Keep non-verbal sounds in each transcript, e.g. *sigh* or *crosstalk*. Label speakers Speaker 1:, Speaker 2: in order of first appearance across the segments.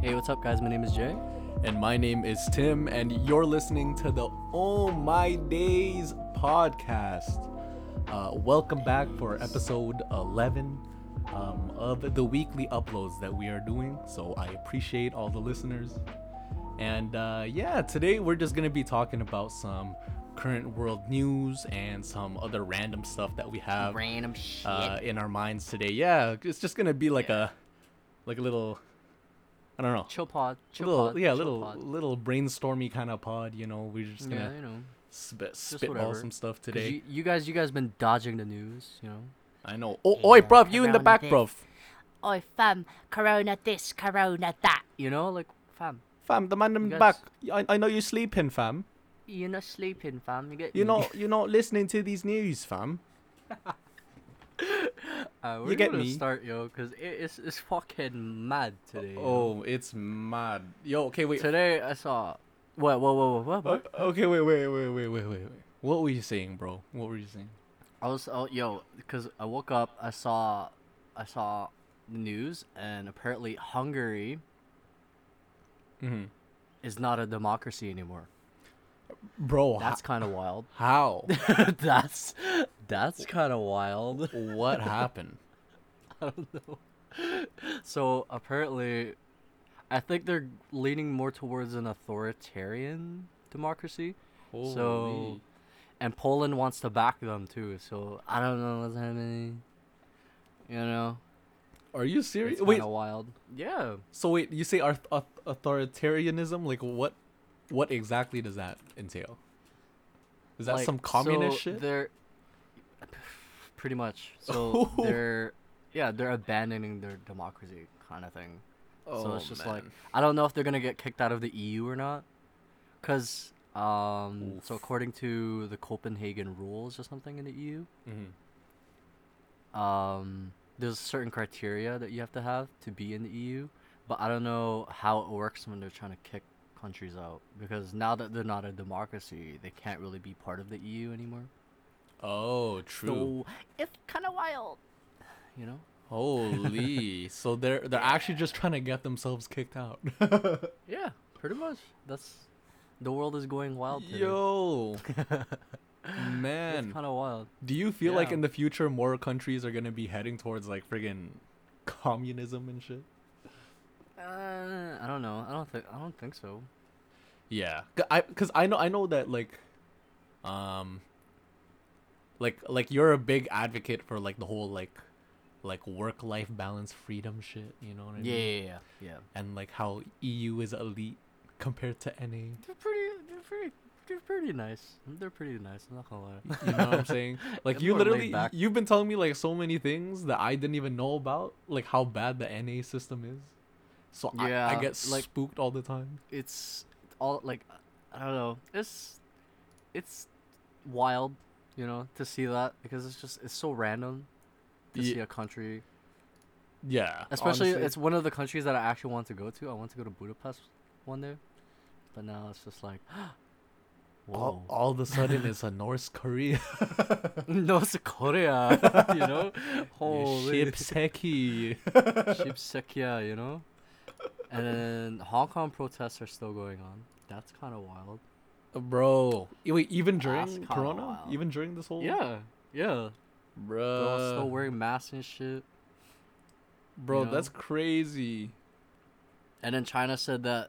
Speaker 1: Hey, what's up, guys? My name is Jay.
Speaker 2: And my name is Tim, and you're listening to the Oh My Days podcast. Uh, welcome back for episode 11 um, of the weekly uploads that we are doing. So I appreciate all the listeners. And uh, yeah, today we're just going to be talking about some current world news and some other random stuff that we have
Speaker 1: Random shit.
Speaker 2: uh, in our minds today. Yeah, it's just going to be like a like a little I don't know
Speaker 1: chill pod. Chill
Speaker 2: little,
Speaker 1: pod.
Speaker 2: yeah,
Speaker 1: chill
Speaker 2: little
Speaker 1: Pod.
Speaker 2: little brainstormy kind of pod. You know, we're just
Speaker 1: Yeah, you
Speaker 2: gonna
Speaker 1: know.
Speaker 2: spit spitball
Speaker 1: whatever.
Speaker 2: some stuff
Speaker 1: 'Cause
Speaker 2: today.
Speaker 1: You, you guys, you guys been dodging the news, you know.
Speaker 2: I know. Oh, oi, bruv, you in the
Speaker 3: around
Speaker 2: back,
Speaker 3: the
Speaker 2: bruv.
Speaker 3: Oi, fam, corona this, corona that.
Speaker 1: You know, like fam,
Speaker 2: Fam, the man in
Speaker 1: You
Speaker 2: the
Speaker 1: guys-
Speaker 2: back. I, I know you're sleeping, fam.
Speaker 1: you're not sleeping, fam. You get
Speaker 2: You're not you're not listening to these news, fam.
Speaker 1: Uh, we're
Speaker 2: you get
Speaker 1: gonna
Speaker 2: me.
Speaker 1: start, yo, cause it, it's it's fucking mad today. yo.
Speaker 2: Oh, it's mad. Yo, okay, wait.
Speaker 1: Today I saw. What? What? What? What? What?
Speaker 2: Uh,
Speaker 1: what?
Speaker 2: okay, wait, wait, wait, wait, wait, wait, wait. What were you saying, bro? What were you saying?
Speaker 1: I was oh yo, cause I woke up, I saw, I saw the news, and apparently Hungary Mm-hmm.
Speaker 2: hmm
Speaker 1: is not a democracy anymore.
Speaker 2: Bro,
Speaker 1: That's
Speaker 2: that's
Speaker 1: kind of wild. *laughs*
Speaker 2: how?
Speaker 1: that's that's kind of wild.
Speaker 2: what happened?
Speaker 1: I don't know. So apparently, I think they're leaning more towards an authoritarian democracy,
Speaker 2: Holy.
Speaker 1: and Poland wants to back them too. So I don't know what's happening. You know,
Speaker 2: are you
Speaker 1: it's
Speaker 2: serious?
Speaker 1: kind
Speaker 2: Wait,
Speaker 1: of wild. Yeah.
Speaker 2: So wait, you say arth- auth- authoritarianism? Like what? What exactly does that entail? Is that
Speaker 1: like,
Speaker 2: some
Speaker 1: so
Speaker 2: communist shit?
Speaker 1: They're pretty much.
Speaker 2: *laughs*
Speaker 1: So they're yeah, they're abandoning their democracy kind of thing. so it's just like
Speaker 2: Oh, man.
Speaker 1: I don't know if they're gonna get kicked out of the EU or not, because um, so
Speaker 2: Oof.
Speaker 1: according to the Copenhagen rules or something in the EU,
Speaker 2: Mhm. Mm-hmm.
Speaker 1: um, there's certain criteria that you have to have to be in the EU, but I don't know how it works when they're trying to kick countries out because now that they're not a democracy, they can't really be part of the EU anymore.
Speaker 2: Oh, true.
Speaker 1: So it's kind of wild, you know. *laughs*
Speaker 2: Holy. so they're they're actually just trying to get themselves kicked out. *laughs*
Speaker 1: Yeah, pretty much. That's the world is going wild today. *laughs*
Speaker 2: Yo,
Speaker 1: it's
Speaker 2: man.
Speaker 1: kind of wild.
Speaker 2: Do you feel like
Speaker 1: Yeah.
Speaker 2: in the future more countries are gonna be heading towards like friggin' communism and shit?
Speaker 1: Uh, I don't know. I don't think. I don't think so.
Speaker 2: Yeah, C- I because I know I know that like, um, like like you're a big advocate for like the whole like, like work life balance freedom shit. You know what I
Speaker 1: Yeah,
Speaker 2: mean?
Speaker 1: yeah, yeah. yeah.
Speaker 2: And like how EU is elite compared to NA.
Speaker 1: They're pretty. They're pretty. They're pretty nice. They're pretty nice. I'm not gonna lie.
Speaker 2: You know what I'm saying? Like
Speaker 1: It's
Speaker 2: you
Speaker 1: more laid
Speaker 2: literally
Speaker 1: back.
Speaker 2: you've been telling me like so many things that I didn't even know about, like how bad the NA system is. So I,
Speaker 1: Yeah,
Speaker 2: I get
Speaker 1: like-
Speaker 2: spooked all the time.
Speaker 1: *laughs* It's all like, I don't know. It's, it's wild, you know, to see that because it's just it's so random to
Speaker 2: Ye-
Speaker 1: see a country.
Speaker 2: Yeah,
Speaker 1: Especially,
Speaker 2: honestly.
Speaker 1: it's one of the countries that I actually want to go to. I want to go to Budapest one day, but now it's just like, *gasps*
Speaker 2: all,
Speaker 1: *laughs* whoa.
Speaker 2: all of a sudden it's a North Korea. *laughs*
Speaker 1: North Korea, *laughs* you know, holy *laughs*
Speaker 2: Shibseki.
Speaker 1: Shibsekia, you know? And then Hong Kong protests are still going on. That's kind of wild.
Speaker 2: *laughs* Bro, E- wait, even
Speaker 1: That's
Speaker 2: during
Speaker 1: kinda
Speaker 2: Corona,
Speaker 1: wild.
Speaker 2: even during this whole
Speaker 1: Yeah, yeah. They're all
Speaker 2: bro,
Speaker 1: still wearing masks and shit.
Speaker 2: bro,
Speaker 1: you know?
Speaker 2: that's crazy.
Speaker 1: And then China said that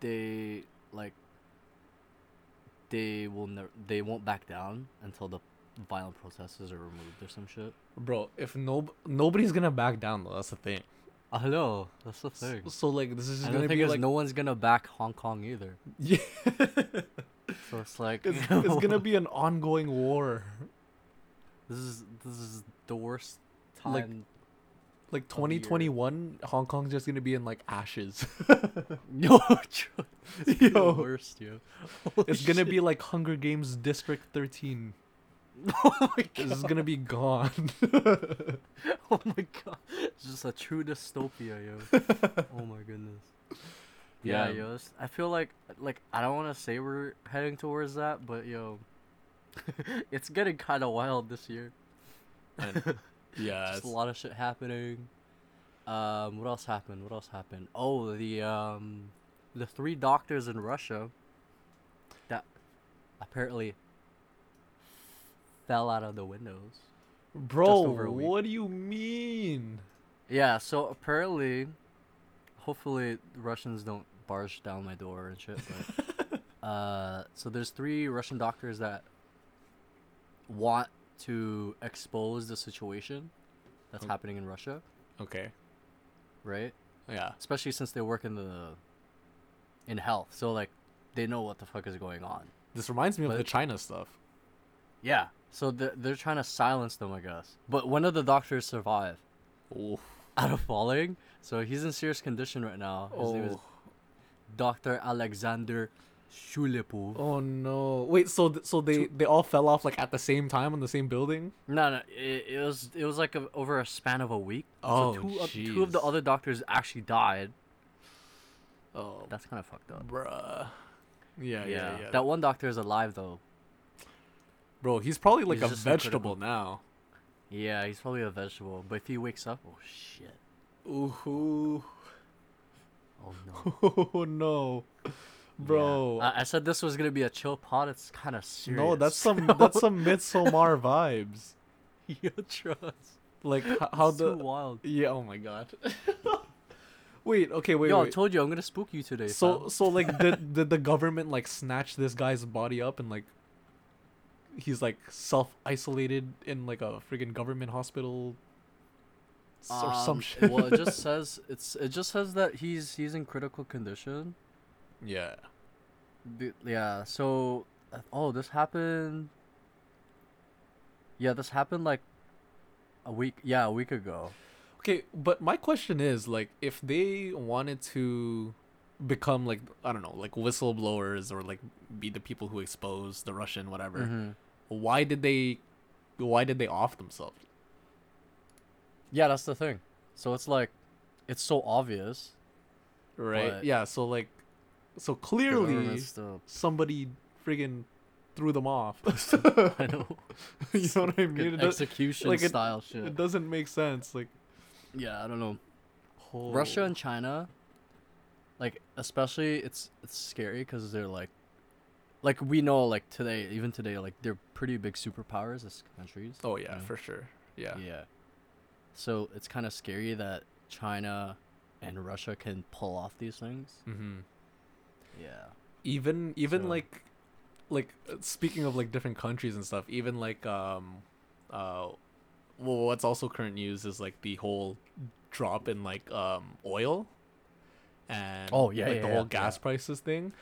Speaker 1: they like they will never they won't back down until the violent protesters are removed or some shit.
Speaker 2: Bro, if no nobody's gonna back down though, that's the thing.
Speaker 1: I know Ah, that's the
Speaker 2: S-
Speaker 1: thing.
Speaker 2: So, like, this is just
Speaker 1: And the
Speaker 2: gonna
Speaker 1: thing
Speaker 2: be
Speaker 1: is,
Speaker 2: like,
Speaker 1: no one's gonna back Hong Kong either.
Speaker 2: *laughs* yeah, *laughs*
Speaker 1: So it's like
Speaker 2: it's, it's gonna be an ongoing war,
Speaker 1: *laughs* this is this is the worst time.
Speaker 2: Like, like
Speaker 1: Of the year.
Speaker 2: 2021. Hong Kong's just gonna be in like ashes. *laughs*
Speaker 1: *laughs* Yo, true. It's the
Speaker 2: Yo.
Speaker 1: worst, yo. Holy
Speaker 2: it's gonna
Speaker 1: shit.
Speaker 2: be like Hunger Games District 13.
Speaker 1: *laughs* Oh my
Speaker 2: This
Speaker 1: god.
Speaker 2: is
Speaker 1: *laughs*
Speaker 2: gonna be gone. *laughs*
Speaker 1: Oh my god. It's just a true dystopia, *laughs* yo. oh my goodness. Yeah,
Speaker 2: Yeah.
Speaker 1: yo. it's- I feel like like I don't want to say we're heading towards that, but yo, *laughs* it's getting kind of wild this year.
Speaker 2: And- yeah,
Speaker 1: just
Speaker 2: it's-
Speaker 1: a lot of shit happening. Um, what else happened? What else happened? Oh, the um, the three doctors in Russia that apparently fell out of the windows. over
Speaker 2: Bro,
Speaker 1: a week.
Speaker 2: what do you mean?
Speaker 1: Yeah, so apparently, hopefully the Russians don't barge down my door and shit. But, uh, so there's three Russian doctors that want to expose the situation that's
Speaker 2: Oh.
Speaker 1: happening in Russia,
Speaker 2: Okay.
Speaker 1: right?
Speaker 2: Yeah.
Speaker 1: Especially since they work in the in health, so like they know what the fuck is going on.
Speaker 2: This reminds me of
Speaker 1: But-
Speaker 2: the China stuff.
Speaker 1: Yeah. So they're, they're trying to silence them, I guess. But one of the doctors survived *laughs*
Speaker 2: Oh.
Speaker 1: out of falling, so he's in serious condition right now. His name is
Speaker 2: Oh.
Speaker 1: Dr. Alexander Shulepov.
Speaker 2: oh no. Wait, so th- so they they all fell off like at the same time on the same building?
Speaker 1: No, no, it, it was it was like a, over a span of a week.
Speaker 2: Oh,
Speaker 1: so two, of- two of the
Speaker 2: jeez.
Speaker 1: other doctors actually died.
Speaker 2: Oh,
Speaker 1: That's kind of fucked up.
Speaker 2: bruh. Yeah, yeah, yeah.
Speaker 1: That one doctor is alive though.
Speaker 2: Bro, he's probably like
Speaker 1: He's
Speaker 2: a
Speaker 1: just in
Speaker 2: vegetable now.
Speaker 1: Yeah, he's probably a vegetable, but if he wakes up, oh shit.
Speaker 2: Ooh.
Speaker 1: Oh no.
Speaker 2: Oh *laughs* no. Bro.
Speaker 1: Yeah. I, I said this was going to be a chill pod. It's kind of Uh, serious.
Speaker 2: no,
Speaker 1: *laughs*
Speaker 2: that's some that's some Midsommar vibes.
Speaker 1: you trust.
Speaker 2: Like h- how
Speaker 1: It's too
Speaker 2: the
Speaker 1: wild.
Speaker 2: Yeah, oh my god. *laughs* wait, okay, wait,
Speaker 1: Yo, I
Speaker 2: wait.
Speaker 1: told you I'm going to spook you today.
Speaker 2: So
Speaker 1: fam.
Speaker 2: so like
Speaker 1: *laughs*
Speaker 2: did did the government like snatch this guy's body up and like he's like self isolated in like a freaking government hospital s- or some
Speaker 1: Um,
Speaker 2: shit.
Speaker 1: well, it just says it's it just says that he's he's in critical condition.
Speaker 2: *laughs* yeah.
Speaker 1: B- yeah so uh, oh this happened yeah this happened like a week yeah a week ago
Speaker 2: Okay, but my question is like if they wanted to become like I don't know, like whistleblowers or like be the people who expose the Russian whatever,
Speaker 1: Mm-hmm.
Speaker 2: why did they why did they off themselves?
Speaker 1: yeah that's the thing so it's like it's so obvious
Speaker 2: Right?
Speaker 1: But-
Speaker 2: yeah, so like so
Speaker 1: the
Speaker 2: clearly
Speaker 1: government's still-
Speaker 2: somebody friggin' threw them off.
Speaker 1: *laughs*
Speaker 2: *laughs*
Speaker 1: i know
Speaker 2: you know what I mean? It,
Speaker 1: good
Speaker 2: does,
Speaker 1: e-, execution
Speaker 2: like, it-
Speaker 1: style shit
Speaker 2: it doesn't make sense. Like
Speaker 1: yeah i don't know russia and china like especially it's it's scary because they're like like we know like today even today like they're pretty big superpowers as countries
Speaker 2: *laughs* oh
Speaker 1: you
Speaker 2: yeah,
Speaker 1: know?
Speaker 2: for sure. Yeah.
Speaker 1: Yeah. So it's kind of scary that China and Russia can pull off these things.
Speaker 2: Mm-hmm.
Speaker 1: Yeah.
Speaker 2: Even even
Speaker 1: So-
Speaker 2: like like uh, speaking of like different countries and stuff. Even like um uh well, what's also current news is like the whole drop in like um oil and
Speaker 1: Oh, yeah,
Speaker 2: like
Speaker 1: yeah,
Speaker 2: the
Speaker 1: yeah,
Speaker 2: whole
Speaker 1: yeah.
Speaker 2: gas prices thing.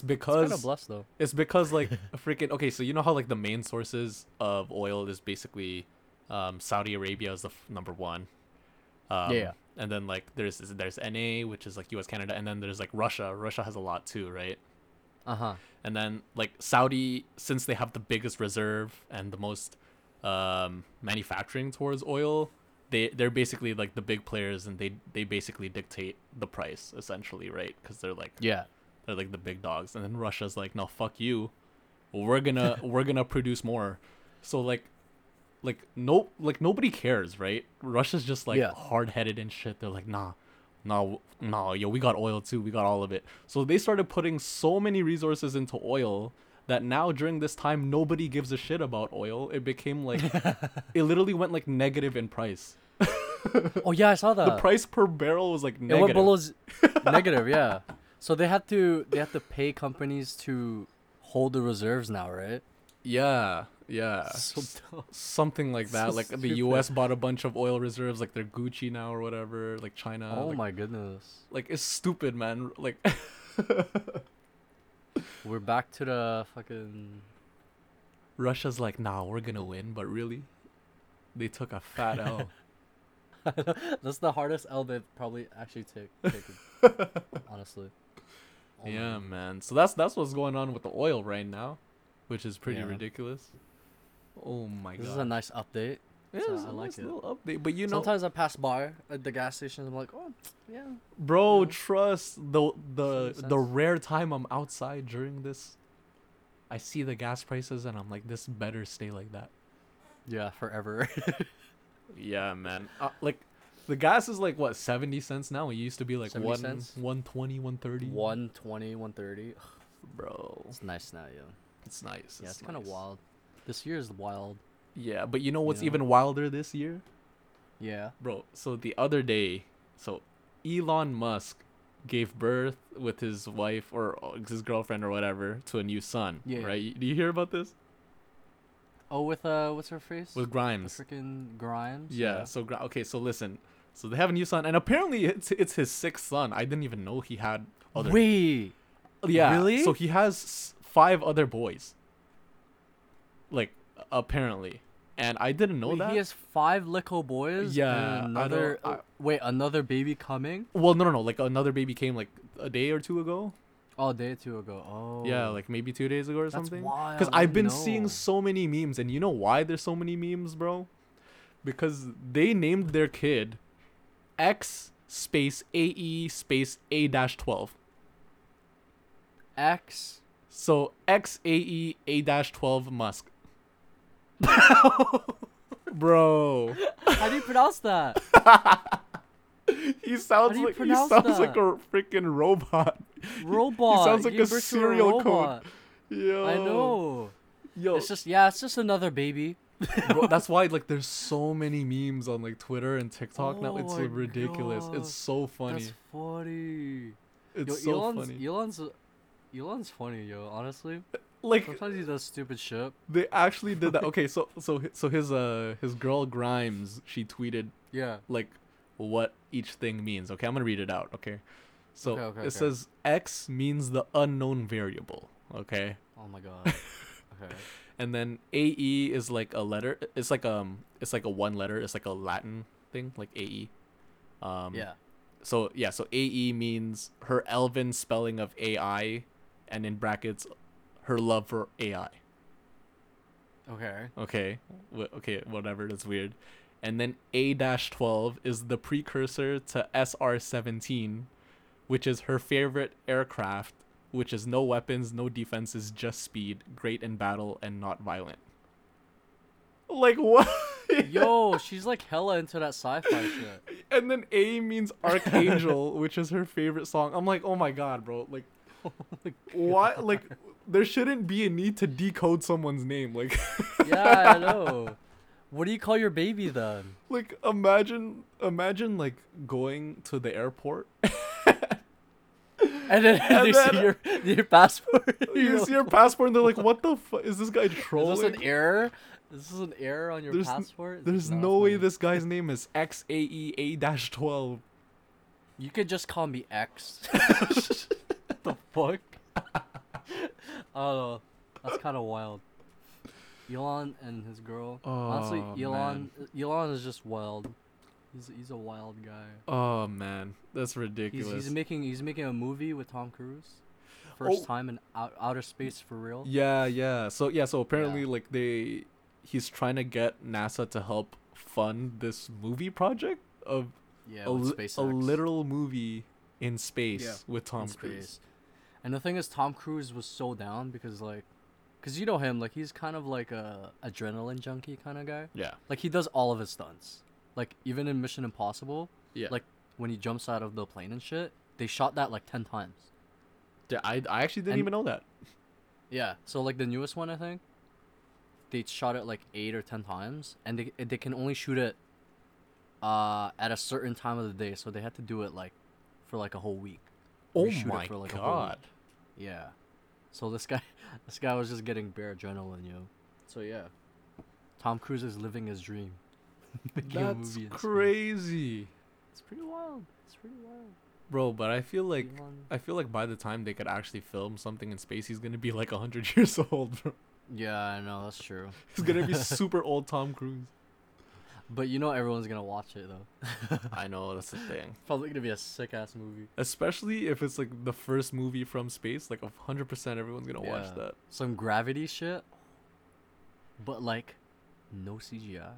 Speaker 1: It's kind
Speaker 2: because
Speaker 1: of blessed though.
Speaker 2: It's because like freaking okay, so you know how like the main sources of oil is basically um, Saudi Arabia is the f- number one. Um,
Speaker 1: yeah.
Speaker 2: And then like there's there's NA which is like U.S. Canada, and then there's like Russia. Russia has a lot too, right?
Speaker 1: Uh huh.
Speaker 2: And then like Saudi, since they have the biggest reserve and the most um, manufacturing towards oil, they they're basically like the big players, and they they basically dictate the price essentially, right? Because they're like
Speaker 1: Yeah.
Speaker 2: they're like the big dogs and then russia's like no fuck you we're gonna *laughs* we're gonna produce more so like like no like nobody cares right russia's just like
Speaker 1: Yeah.
Speaker 2: hard-headed and shit they're like nah nah w- nah yo we got oil too we got all of it so they started putting so many resources into oil that now during this time nobody gives a shit about oil it became
Speaker 1: *laughs*
Speaker 2: like it literally went like negative in price
Speaker 1: Oh yeah, I saw that.
Speaker 2: the price per barrel was like
Speaker 1: it
Speaker 2: negative
Speaker 1: went below z- negative. Yeah. So they have to they have to pay companies to hold the reserves now, right?
Speaker 2: yeah yeah
Speaker 1: So *laughs* dumb.
Speaker 2: something like that.
Speaker 1: So
Speaker 2: like the
Speaker 1: stupid.
Speaker 2: U.S. bought a bunch of oil reserves, like they're Gucci now or whatever. Like China.
Speaker 1: oh
Speaker 2: like,
Speaker 1: my goodness.
Speaker 2: Like it's stupid, man. Like *laughs*
Speaker 1: We're back to the fucking.
Speaker 2: Russia's like, nah, we're gonna win, but really, they took a fat L.
Speaker 1: That's the hardest L they've probably actually take, *laughs* taken. honestly. *laughs* Oh my
Speaker 2: yeah, man. So that's that's what's going on with the oil right now, which is pretty
Speaker 1: Yeah.
Speaker 2: ridiculous. Oh my
Speaker 1: This is a
Speaker 2: god.
Speaker 1: nice update.
Speaker 2: Yeah,
Speaker 1: so
Speaker 2: it's a
Speaker 1: I like
Speaker 2: nice
Speaker 1: it.
Speaker 2: little update, but you know,
Speaker 1: Sometimes I pass by at the gas station. I'm like, oh, yeah.
Speaker 2: bro,
Speaker 1: you know,
Speaker 2: trust the the
Speaker 1: makes
Speaker 2: the
Speaker 1: sense.
Speaker 2: rare time I'm outside during this, I see the gas prices and I'm like, this better stay like that.
Speaker 1: *laughs* Yeah, forever.
Speaker 2: Yeah, man. Uh, like, The gas is like what seventy cents now. It used to be like
Speaker 1: 70
Speaker 2: one
Speaker 1: cents?
Speaker 2: 120, 130.
Speaker 1: 120, 130.
Speaker 2: bro.
Speaker 1: It's nice now, yo.
Speaker 2: It's nice.
Speaker 1: Yeah, it's kind of
Speaker 2: nice.
Speaker 1: wild. This year is wild.
Speaker 2: Yeah, but you know what's
Speaker 1: Yeah.
Speaker 2: even wilder this year,
Speaker 1: Yeah.
Speaker 2: bro? So the other day, so Elon Musk gave birth with his wife or uh, his girlfriend or whatever to a new son.
Speaker 1: Yeah.
Speaker 2: Right? You- Do you hear about this?
Speaker 1: Oh, with uh, what's her face?
Speaker 2: With Grimes.
Speaker 1: freaking Grimes.
Speaker 2: Yeah. So Gri- okay. So listen. So they have a new son, and apparently it's it's his sixth son. I didn't even know he had other.
Speaker 1: Wait.
Speaker 2: Yeah.
Speaker 1: Really?
Speaker 2: So he has s- five other boys. Like apparently, and I didn't know
Speaker 1: Wait,
Speaker 2: that.
Speaker 1: He has five little boys.
Speaker 2: Yeah, I
Speaker 1: And
Speaker 2: don't-
Speaker 1: another.
Speaker 2: I-
Speaker 1: oh, wait, another baby coming?
Speaker 2: well, no, no, no. Like another baby came like a day or two ago.
Speaker 1: Oh, a day or two ago. Oh.
Speaker 2: Yeah, like maybe two days ago or
Speaker 1: That's
Speaker 2: something.
Speaker 1: wild, I
Speaker 2: I've
Speaker 1: didn't
Speaker 2: been
Speaker 1: know.
Speaker 2: seeing so many memes, and you know why there's so many memes, bro? Because they named their kid X space AE space A dash 12.
Speaker 1: X.
Speaker 2: So XAE A dash
Speaker 1: *laughs*
Speaker 2: 12 Musk. bro.
Speaker 1: How do you pronounce that?
Speaker 2: He sounds
Speaker 1: do you
Speaker 2: like he
Speaker 1: pronounce
Speaker 2: sounds like
Speaker 1: that?
Speaker 2: a freaking robot.
Speaker 1: Robot.
Speaker 2: *laughs* He sounds like
Speaker 1: gave
Speaker 2: a
Speaker 1: birth to
Speaker 2: serial
Speaker 1: robot.
Speaker 2: code. Oh. Yo.
Speaker 1: I know.
Speaker 2: Yo,
Speaker 1: It's just yeah, it's just another baby. *laughs*
Speaker 2: bro, that's why like there's so many memes on like Twitter and TikTok now.
Speaker 1: Oh
Speaker 2: It's
Speaker 1: my
Speaker 2: ridiculous.
Speaker 1: God.
Speaker 2: It's so funny.
Speaker 1: That's funny.
Speaker 2: it's
Speaker 1: yo,
Speaker 2: so
Speaker 1: Elon's
Speaker 2: funny.
Speaker 1: Elon's Elon's funny, yo. Honestly,
Speaker 2: like
Speaker 1: sometimes he does stupid shit.
Speaker 2: they actually did
Speaker 1: *laughs*
Speaker 2: that. Okay, so so hi- so his uh his girl Grimes, she tweeted
Speaker 1: Yeah.
Speaker 2: like what each thing means. Okay, I'm gonna read it out. Okay, so
Speaker 1: Okay, okay,
Speaker 2: it
Speaker 1: okay.
Speaker 2: says X means the unknown variable. Okay,
Speaker 1: Oh my
Speaker 2: *laughs*
Speaker 1: god. Okay.
Speaker 2: and then AE is like a letter. It's like um, it's like a one letter. It's like a Latin thing, like AE. Um,
Speaker 1: Yeah.
Speaker 2: So yeah, so AE means her elven spelling of AI, and in brackets, her love for AI.
Speaker 1: Okay.
Speaker 2: Okay, wh- okay, whatever. That's weird. And then A dash twelve is the precursor to SR seventeen, which is her favorite aircraft, which is no weapons, no defenses, just speed, great in battle, and not violent. Like *laughs* what?
Speaker 1: Yo, she's like hella into that sci-fi
Speaker 2: *laughs*
Speaker 1: shit.
Speaker 2: and then A means Archangel, which is her favorite song. I'm like, oh my god, bro. Like, why? Like, there shouldn't be a need to decode someone's name. Like, *laughs*
Speaker 1: Yeah, I know. What do you call your baby then?
Speaker 2: like imagine, imagine like going to the
Speaker 1: *laughs*
Speaker 2: airport. *laughs*
Speaker 1: And then *laughs*
Speaker 2: And
Speaker 1: they
Speaker 2: then-
Speaker 1: see your your passport.
Speaker 2: *laughs* you see your passport, and
Speaker 1: *laughs*
Speaker 2: they're like, what the fuck is this guy
Speaker 1: Is
Speaker 2: trolling?
Speaker 1: this an error? Is this an error on your
Speaker 2: There's n-
Speaker 1: passport?
Speaker 2: There's
Speaker 1: Nah,
Speaker 2: no way
Speaker 1: funny. *laughs*
Speaker 2: this guy's name is X A E A dash twelve.
Speaker 1: You could just call me
Speaker 2: *laughs*
Speaker 1: X. *laughs* the fuck? *laughs* I don't know. That's kind of wild. Elon and his girl. Honestly,
Speaker 2: Oh,
Speaker 1: Elon Elon is just wild. He's he's a wild guy.
Speaker 2: Oh man, that's
Speaker 1: He's,
Speaker 2: ridiculous.
Speaker 1: he's making he's making a movie with Tom Cruise. First
Speaker 2: Oh.
Speaker 1: time in out, outer space for real.
Speaker 2: Yeah, yeah. So yeah, so apparently like they he's trying to get NASA to help fund this movie project of
Speaker 1: Yeah,
Speaker 2: a,
Speaker 1: with
Speaker 2: li-
Speaker 1: SpaceX.
Speaker 2: a literal movie in space
Speaker 1: Yeah.
Speaker 2: with Tom
Speaker 1: in
Speaker 2: Cruise.
Speaker 1: space. And the thing is, Tom Cruise was so down because like, cause you know him, like he's kind of like a adrenaline junkie kind of guy.
Speaker 2: Yeah.
Speaker 1: Like he does all of his stunts. Like even in Mission Impossible,
Speaker 2: Yeah.
Speaker 1: like when he jumps out of the plane and shit, they shot that like ten times.
Speaker 2: Yeah, I I actually didn't
Speaker 1: and-
Speaker 2: even know that.
Speaker 1: Yeah. So like the newest one, I think, they shot it like eight or ten times, and they they can only shoot it, uh, at a certain time of the day. So they had to do it like, for like a whole week.
Speaker 2: Oh
Speaker 1: reshoot it
Speaker 2: my
Speaker 1: for, like, a whole
Speaker 2: god.
Speaker 1: Yeah. So this guy, *laughs* this guy was just getting bare adrenaline, yo. So yeah. Tom Cruise is living his dream. *laughs* Making a
Speaker 2: That's
Speaker 1: movie in space.
Speaker 2: crazy.
Speaker 1: It's pretty wild. It's pretty wild.
Speaker 2: Bro, but I feel like
Speaker 1: Elon-
Speaker 2: I feel like by the time they could actually film something in space, he's gonna be like hundred *laughs* years old, bro.
Speaker 1: Yeah, I know that's true.
Speaker 2: He's gonna be super old Tom Cruise.
Speaker 1: But you know everyone's gonna watch it though.
Speaker 2: I know that's the thing.
Speaker 1: Probably gonna be a sick ass movie.
Speaker 2: especially if it's like the first movie from space like 100% everyone's gonna
Speaker 1: Yeah.
Speaker 2: watch that
Speaker 1: Some gravity shit. But like, no CGI.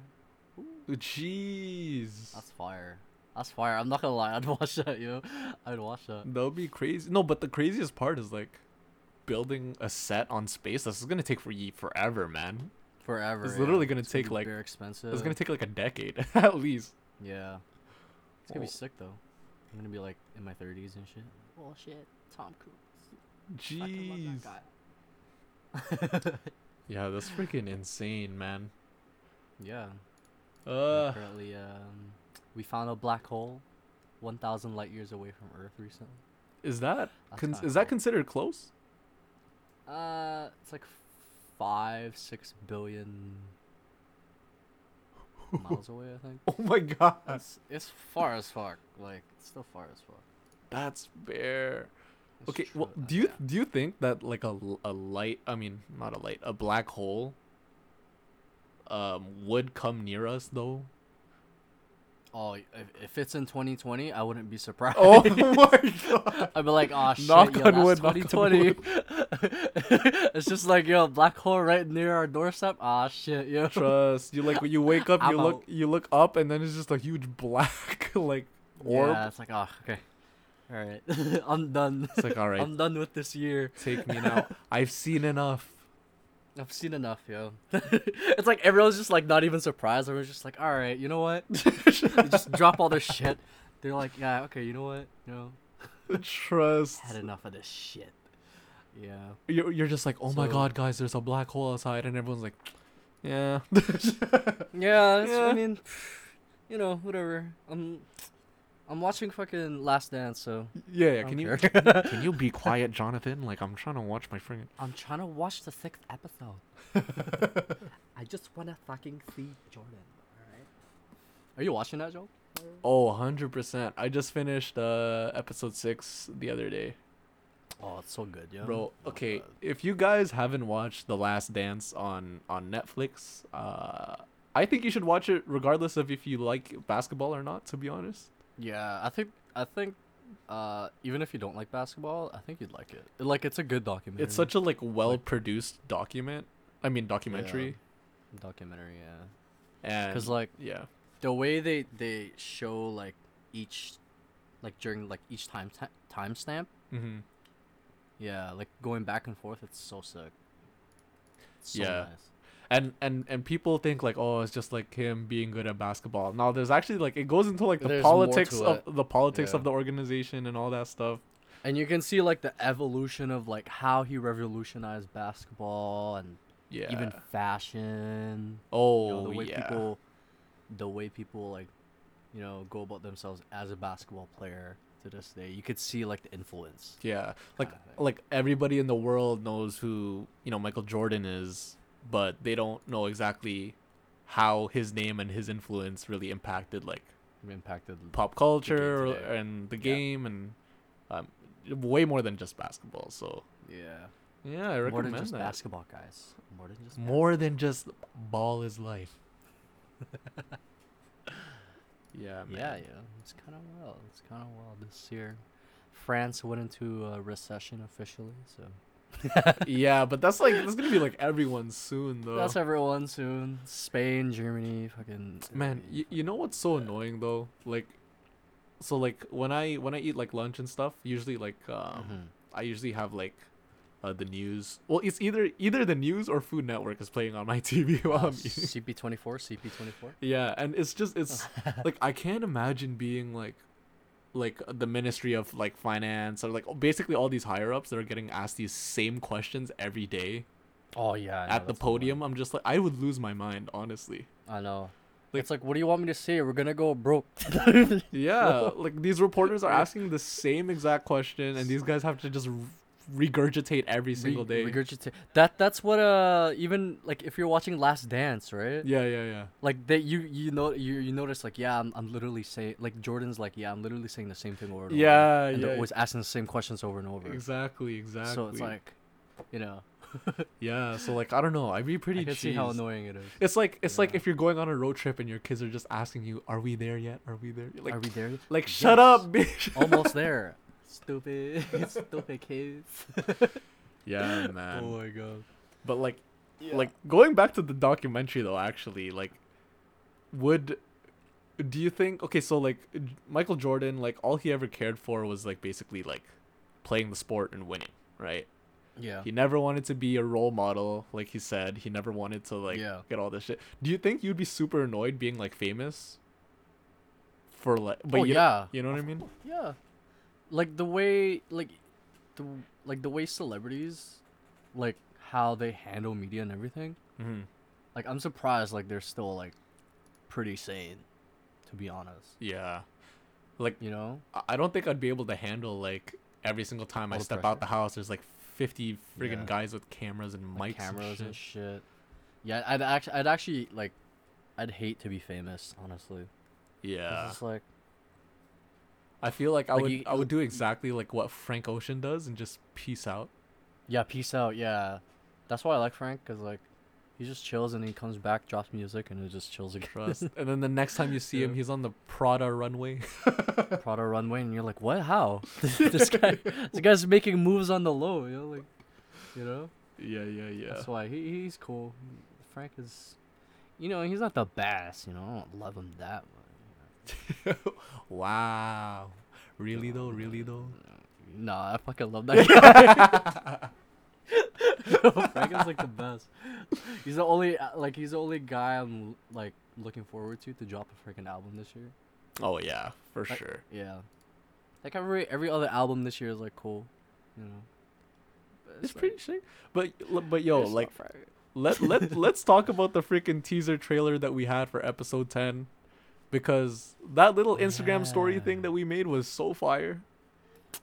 Speaker 2: jeez
Speaker 1: That's fire. That's fire. I'm not gonna lie. *laughs* I'd watch that, yo. I'd watch that.
Speaker 2: that would be crazy no but the craziest part is like building a set on space this is gonna take for ye forever man
Speaker 1: Forever.
Speaker 2: It's
Speaker 1: yeah.
Speaker 2: literally gonna take,
Speaker 1: be
Speaker 2: like-
Speaker 1: bare expensive.
Speaker 2: *laughs* it's gonna take like a decade at least
Speaker 1: Yeah. It's gonna be sick though. I'm gonna be like in my 30s and shit.
Speaker 3: Bullshit. Tom Cruise. Fucking love
Speaker 2: Jeez.
Speaker 3: that guy.
Speaker 2: Yeah, that's freaking insane, man.
Speaker 1: *laughs* Yeah.
Speaker 2: Uh,
Speaker 1: Currently, um, we found a black hole, 1,000 light years away from Earth recently.
Speaker 2: is that
Speaker 1: That's
Speaker 2: con-
Speaker 1: not
Speaker 2: is that
Speaker 1: cool.
Speaker 2: considered close? *laughs*
Speaker 1: Uh, it's like five, six billion *laughs* miles away, I think.
Speaker 2: Oh my god,
Speaker 1: It's, it's far as fuck. Like, it's still far as fuck.
Speaker 2: that's fair.
Speaker 1: It's
Speaker 2: Okay,
Speaker 1: true,
Speaker 2: well,
Speaker 1: uh,
Speaker 2: do you
Speaker 1: yeah.
Speaker 2: do you think that like a l- a light? I mean, not a light, a black hole. Um, would come near us though.
Speaker 1: Oh, if, if it's in 2020, I wouldn't be surprised.
Speaker 2: *laughs* Oh
Speaker 1: *laughs*
Speaker 2: my god.
Speaker 1: I'd be like,
Speaker 2: *laughs*
Speaker 1: oh shit,
Speaker 2: Knock
Speaker 1: yo,
Speaker 2: on
Speaker 1: that's
Speaker 2: wood, knock on
Speaker 1: 2020. *laughs* it's just like, yo, black hole right near our doorstep. Ah shit, yo. *laughs*
Speaker 2: Trust you like when you wake up, you
Speaker 1: I'm
Speaker 2: look
Speaker 1: out.
Speaker 2: you look up, and then it's just a huge *laughs* black like orb.
Speaker 1: Yeah, it's like, oh, okay. All right, *laughs* I'm done.
Speaker 2: It's like all
Speaker 1: *laughs*
Speaker 2: right,
Speaker 1: I'm done with this year.
Speaker 2: take me now. I've
Speaker 1: *laughs*
Speaker 2: seen enough.
Speaker 1: I've seen enough, yo. *laughs* it's like everyone's just like not even surprised. Everyone's just like, all right, you know what? they
Speaker 2: *laughs*
Speaker 1: just drop all their shit. They're like, yeah, okay, you know what? You know,
Speaker 2: Trust.
Speaker 1: had enough of this shit. Yeah.
Speaker 2: You're you're just like, oh my
Speaker 1: So-
Speaker 2: god, guys, there's a black hole outside, and everyone's like, yeah.
Speaker 1: Yeah, that's,
Speaker 2: Yeah.
Speaker 1: I mean, you know, whatever. I'm, I'm watching fucking Last Dance, so
Speaker 2: *laughs* Yeah, yeah.
Speaker 1: I
Speaker 2: Can
Speaker 1: don't *laughs*
Speaker 2: you
Speaker 1: care.
Speaker 2: can you be quiet, Jonathan? Like I'm trying to watch my friend.
Speaker 1: I'm trying to watch the sixth episode.
Speaker 2: *laughs*
Speaker 1: I just wanna fucking see Jordan. All right. Are you watching that, Joel?
Speaker 2: Oh, 100 percent. I just finished uh episode six the other day,
Speaker 1: Oh, it's so good, yeah.
Speaker 2: bro. Okay, if you guys haven't watched The Last Dance on on Netflix, uh, I think you should watch it regardless of if you like basketball or not. To be honest,
Speaker 1: Yeah, I think I think uh, even if you don't like basketball, I think you'd like it. Like it's a good documentary.
Speaker 2: it's such a like well produced document. I mean documentary.
Speaker 1: documentary, yeah.
Speaker 2: And
Speaker 1: Because like
Speaker 2: yeah,
Speaker 1: the way they they show like each, like during like each time ta- timestamp.
Speaker 2: mm-hmm.
Speaker 1: Yeah, like going back and forth, it's so sick. So
Speaker 2: Yeah.
Speaker 1: nice.
Speaker 2: and and and people think like oh it's just like him being good at basketball no there's actually like it goes into like the
Speaker 1: There's more
Speaker 2: politics
Speaker 1: to
Speaker 2: of the politics
Speaker 1: Yeah.
Speaker 2: of the organization and all that stuff
Speaker 1: And you can see like the evolution of like how he revolutionized basketball and
Speaker 2: yeah
Speaker 1: even fashion.
Speaker 2: oh
Speaker 1: you know, the way
Speaker 2: yeah
Speaker 1: people the way people like you know go about themselves as a basketball player to this day you could see like the influence
Speaker 2: yeah like
Speaker 1: kinda thing.
Speaker 2: like everybody in the world knows who you know michael jordan is but they don't know exactly how his name and his influence really impacted like
Speaker 1: it impacted
Speaker 2: pop culture
Speaker 1: today.
Speaker 2: and the
Speaker 1: Yeah.
Speaker 2: game and um, way more than just basketball so
Speaker 1: yeah
Speaker 2: yeah i
Speaker 1: more
Speaker 2: recommend
Speaker 1: than just
Speaker 2: that
Speaker 1: basketball guys more than just
Speaker 2: more than just ball is life. *laughs* yeah,
Speaker 1: bas-
Speaker 2: man.
Speaker 1: yeah yeah it's kind of wild it's kind of wild this year france went into a recession officially so
Speaker 2: Yeah, but that's like that's gonna be like everyone soon though.
Speaker 1: that's everyone soon spain germany fucking
Speaker 2: man,
Speaker 1: Italy,
Speaker 2: you, you know what's so annoying though? Like, so like when I when I eat like lunch and stuff, usually like um *laughs*
Speaker 1: Mhm.
Speaker 2: I usually have like. Uh, the news. Well, it's either either the news or Food Network is playing on my *laughs* TV while
Speaker 1: uh,
Speaker 2: I'm eating.
Speaker 1: cp24
Speaker 2: *laughs*
Speaker 1: cp24
Speaker 2: Yeah, and it's just it's *laughs* like I can't imagine being like like the Ministry of like Finance or like basically all these higher ups that are getting asked these same questions every day
Speaker 1: oh yeah I know,
Speaker 2: at the
Speaker 1: that's annoying.
Speaker 2: podium. I'm just like I would lose my mind, honestly.
Speaker 1: I know.
Speaker 2: Like-
Speaker 1: it's like, what do you want me to say? We're gonna go broke.
Speaker 2: *laughs*
Speaker 1: *laughs*
Speaker 2: Yeah, *laughs* like these reporters *laughs* are asking the same exact question and these guys have to just re- regurgitate every single day.
Speaker 1: Re- regurgita- that that's what uh even like if you're watching Last Dance, right?
Speaker 2: yeah, yeah, yeah.
Speaker 1: Like that you you know you you notice like yeah I'm I'm literally saying like Jordan's like yeah I'm literally saying the same thing over and
Speaker 2: Yeah,
Speaker 1: over. And
Speaker 2: yeah.
Speaker 1: They're always asking the same questions over and over.
Speaker 2: Exactly, exactly.
Speaker 1: So it's like, you know,
Speaker 2: yeah, so like I don't know. I'd be pretty
Speaker 1: you can see how
Speaker 2: cheesed.
Speaker 1: annoying it is.
Speaker 2: It's like it's like
Speaker 1: Yeah.
Speaker 2: if you're going on a road trip and your kids are just asking you, "Are we there yet? Are we there?" You're Like,
Speaker 1: Are we
Speaker 2: *laughs*
Speaker 1: there?
Speaker 2: like shut up, bitch.
Speaker 1: Almost there. Stupid, *laughs* stupid kids.
Speaker 2: *laughs*
Speaker 1: *laughs*
Speaker 2: Yeah, man.
Speaker 1: oh my god.
Speaker 2: But like, like going back to the documentary though, actually, like, would do you think? Okay, so like J- Michael Jordan, like all he ever cared for was like basically like playing the sport and winning, right?
Speaker 1: Yeah.
Speaker 2: He never wanted to be a role model, like he said. He never wanted to like
Speaker 1: Yeah.
Speaker 2: get all this shit. Do you think you'd be super annoyed being like famous? for like. But
Speaker 1: Oh,
Speaker 2: you-
Speaker 1: yeah.
Speaker 2: You know what I mean?
Speaker 1: Yeah, like the way like the like the way celebrities like how they handle media and everything.
Speaker 2: Mm-hmm.
Speaker 1: Like I'm surprised like they're still like pretty sane, to be honest.
Speaker 2: Yeah. Like
Speaker 1: You know?
Speaker 2: I- I don't think I'd be able to handle like every single time I
Speaker 1: All the
Speaker 2: step
Speaker 1: pressure.
Speaker 2: out the house. There's like 50 friggin'
Speaker 1: Yeah.
Speaker 2: guys with cameras and mics
Speaker 1: Like
Speaker 2: cameras
Speaker 1: cameras and shit. Yeah, I'd actually I'd actually like I'd hate to be famous, honestly.
Speaker 2: Yeah,
Speaker 1: It's just like
Speaker 2: I feel like I
Speaker 1: Like,
Speaker 2: would
Speaker 1: you-
Speaker 2: I would do exactly like what Frank Ocean does and just
Speaker 1: *laughs*
Speaker 2: peace out.
Speaker 1: yeah, peace out. Yeah. That's why I like Frank cuz like he just chills and he comes back, drops music and it just chills again.
Speaker 2: Trust. and then the next time you see him,
Speaker 1: Yeah.
Speaker 2: he's on the Prada runway.
Speaker 1: *laughs* Prada runway, and you're like, what?
Speaker 2: *laughs*
Speaker 1: How? *laughs* this guy, this guy's making moves on the low. You know, like, you know.
Speaker 2: yeah, yeah, yeah.
Speaker 1: *laughs* That's why he, he's cool. Frank is, you know, he's not the best. You know, I don't love him that much.
Speaker 2: wow. Really though, really though.
Speaker 1: Nah, I fucking love
Speaker 2: *laughs*
Speaker 1: that guy. Frank is like the best. He's the only uh, like he's the only guy I'm like looking forward to to drop a freaking album this year.
Speaker 2: Oh yeah, for
Speaker 1: Like-
Speaker 2: sure.
Speaker 1: Yeah, like every every other album this year is like cool, you know. But
Speaker 2: It's
Speaker 1: Frank.
Speaker 2: pretty sick. But but yo,
Speaker 1: It's not
Speaker 2: like
Speaker 1: Frank.
Speaker 2: let
Speaker 1: *laughs*
Speaker 2: let let's talk about the freaking teaser trailer that we had for episode 10 because that little Instagram story
Speaker 1: Yeah.
Speaker 2: thing that we made was so fire.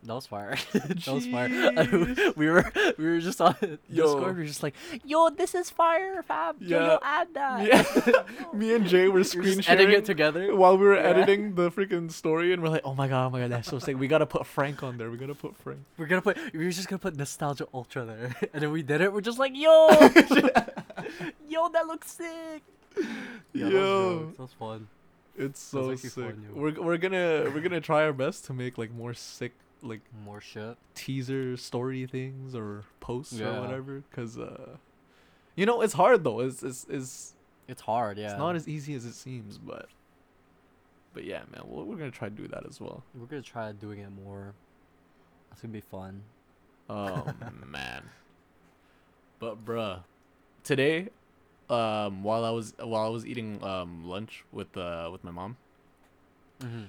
Speaker 1: That was *laughs* fire. that was fire. we were we were just on
Speaker 2: Yo.
Speaker 1: Discord. We were just like, yo, this is fire, fam. Yo,
Speaker 2: Yeah.
Speaker 1: yo, add that.
Speaker 2: Me, *laughs* me and Jay were
Speaker 1: We're
Speaker 2: screen
Speaker 1: just editing
Speaker 2: sharing
Speaker 1: it together.
Speaker 2: while we were editing the freaking story and we're like, "Oh my god, oh my god, that's so sick. We got to put Frank on there. We got to put Frank."
Speaker 1: We're gonna put. We were just gonna put nostalgia ultra there, *laughs* and then we did it. We're just like,
Speaker 2: *laughs*
Speaker 1: yo, yo, that looks sick. Yeah, that
Speaker 2: Yo.
Speaker 1: was, jokes. that was fun.
Speaker 2: It's so
Speaker 1: actually
Speaker 2: sick.
Speaker 1: fun, yo.
Speaker 2: we're we're going to we're going to try our best to make like more sick like
Speaker 1: More shit.
Speaker 2: teaser story things or posts or
Speaker 1: Yeah.
Speaker 2: whatever cuz uh you know, it's hard though. It's it's, it's
Speaker 1: It's hard, yeah.
Speaker 2: It's not as easy as it seems, but but yeah, man, we're, we're gonna try to do that as well.
Speaker 1: we're gonna try doing it more. It's gonna be fun.
Speaker 2: Oh man, but bruh, today, um, while I was while I was eating um lunch with uh with my mom,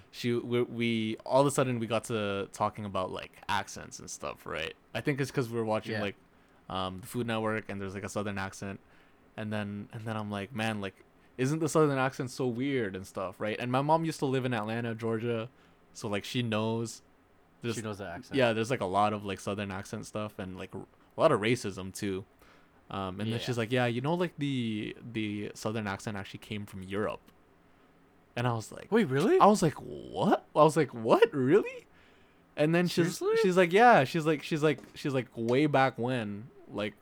Speaker 2: she we, we all of a sudden we got to talking about like accents and stuff, right? I think it's because we were watching
Speaker 1: Yeah.
Speaker 2: like um the Food Network and there's like a Southern accent, and then and then I'm like, man, like isn't the Southern accent so weird and stuff, right? And my mom used to live in Atlanta, Georgia, so like she knows. There's,
Speaker 1: She knows the accent.
Speaker 2: yeah, there's like a lot of like Southern accent stuff and like r- a lot of racism too. Um, and then she's
Speaker 1: Yeah.
Speaker 2: like, yeah, you know, like the the Southern accent actually came from Europe. And I was like,
Speaker 1: Wait, really?
Speaker 2: I was like, "What?" I was like, "What? Really?" And then she's
Speaker 1: Seriously?
Speaker 2: she's like, "Yeah." She's like she's like she's like way back when, like,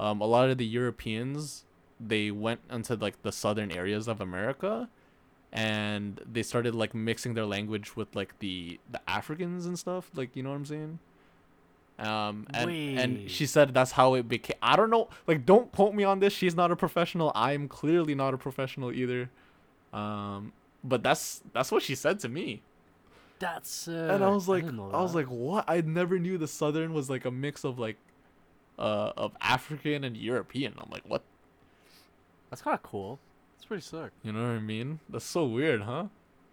Speaker 2: um, a lot of the Europeans they went into like the southern areas of America, and they started like mixing their language with like the the Africans and stuff. Like, you know what I'm saying? Um, and and
Speaker 1: Wait.
Speaker 2: she said that's how it became. I don't know. Like, don't quote me on this. She's not a professional. I'm clearly not a professional either. Um, but that's that's what she said to me,
Speaker 1: That's. Uh,
Speaker 2: and I was like, I,
Speaker 1: didn't know
Speaker 2: was
Speaker 1: that.
Speaker 2: like, what? I never knew the Southern was like a mix of like, uh, of African and European. I'm like, what?
Speaker 1: that's kind of cool. It's pretty sick.
Speaker 2: You know what I mean? That's so weird, huh?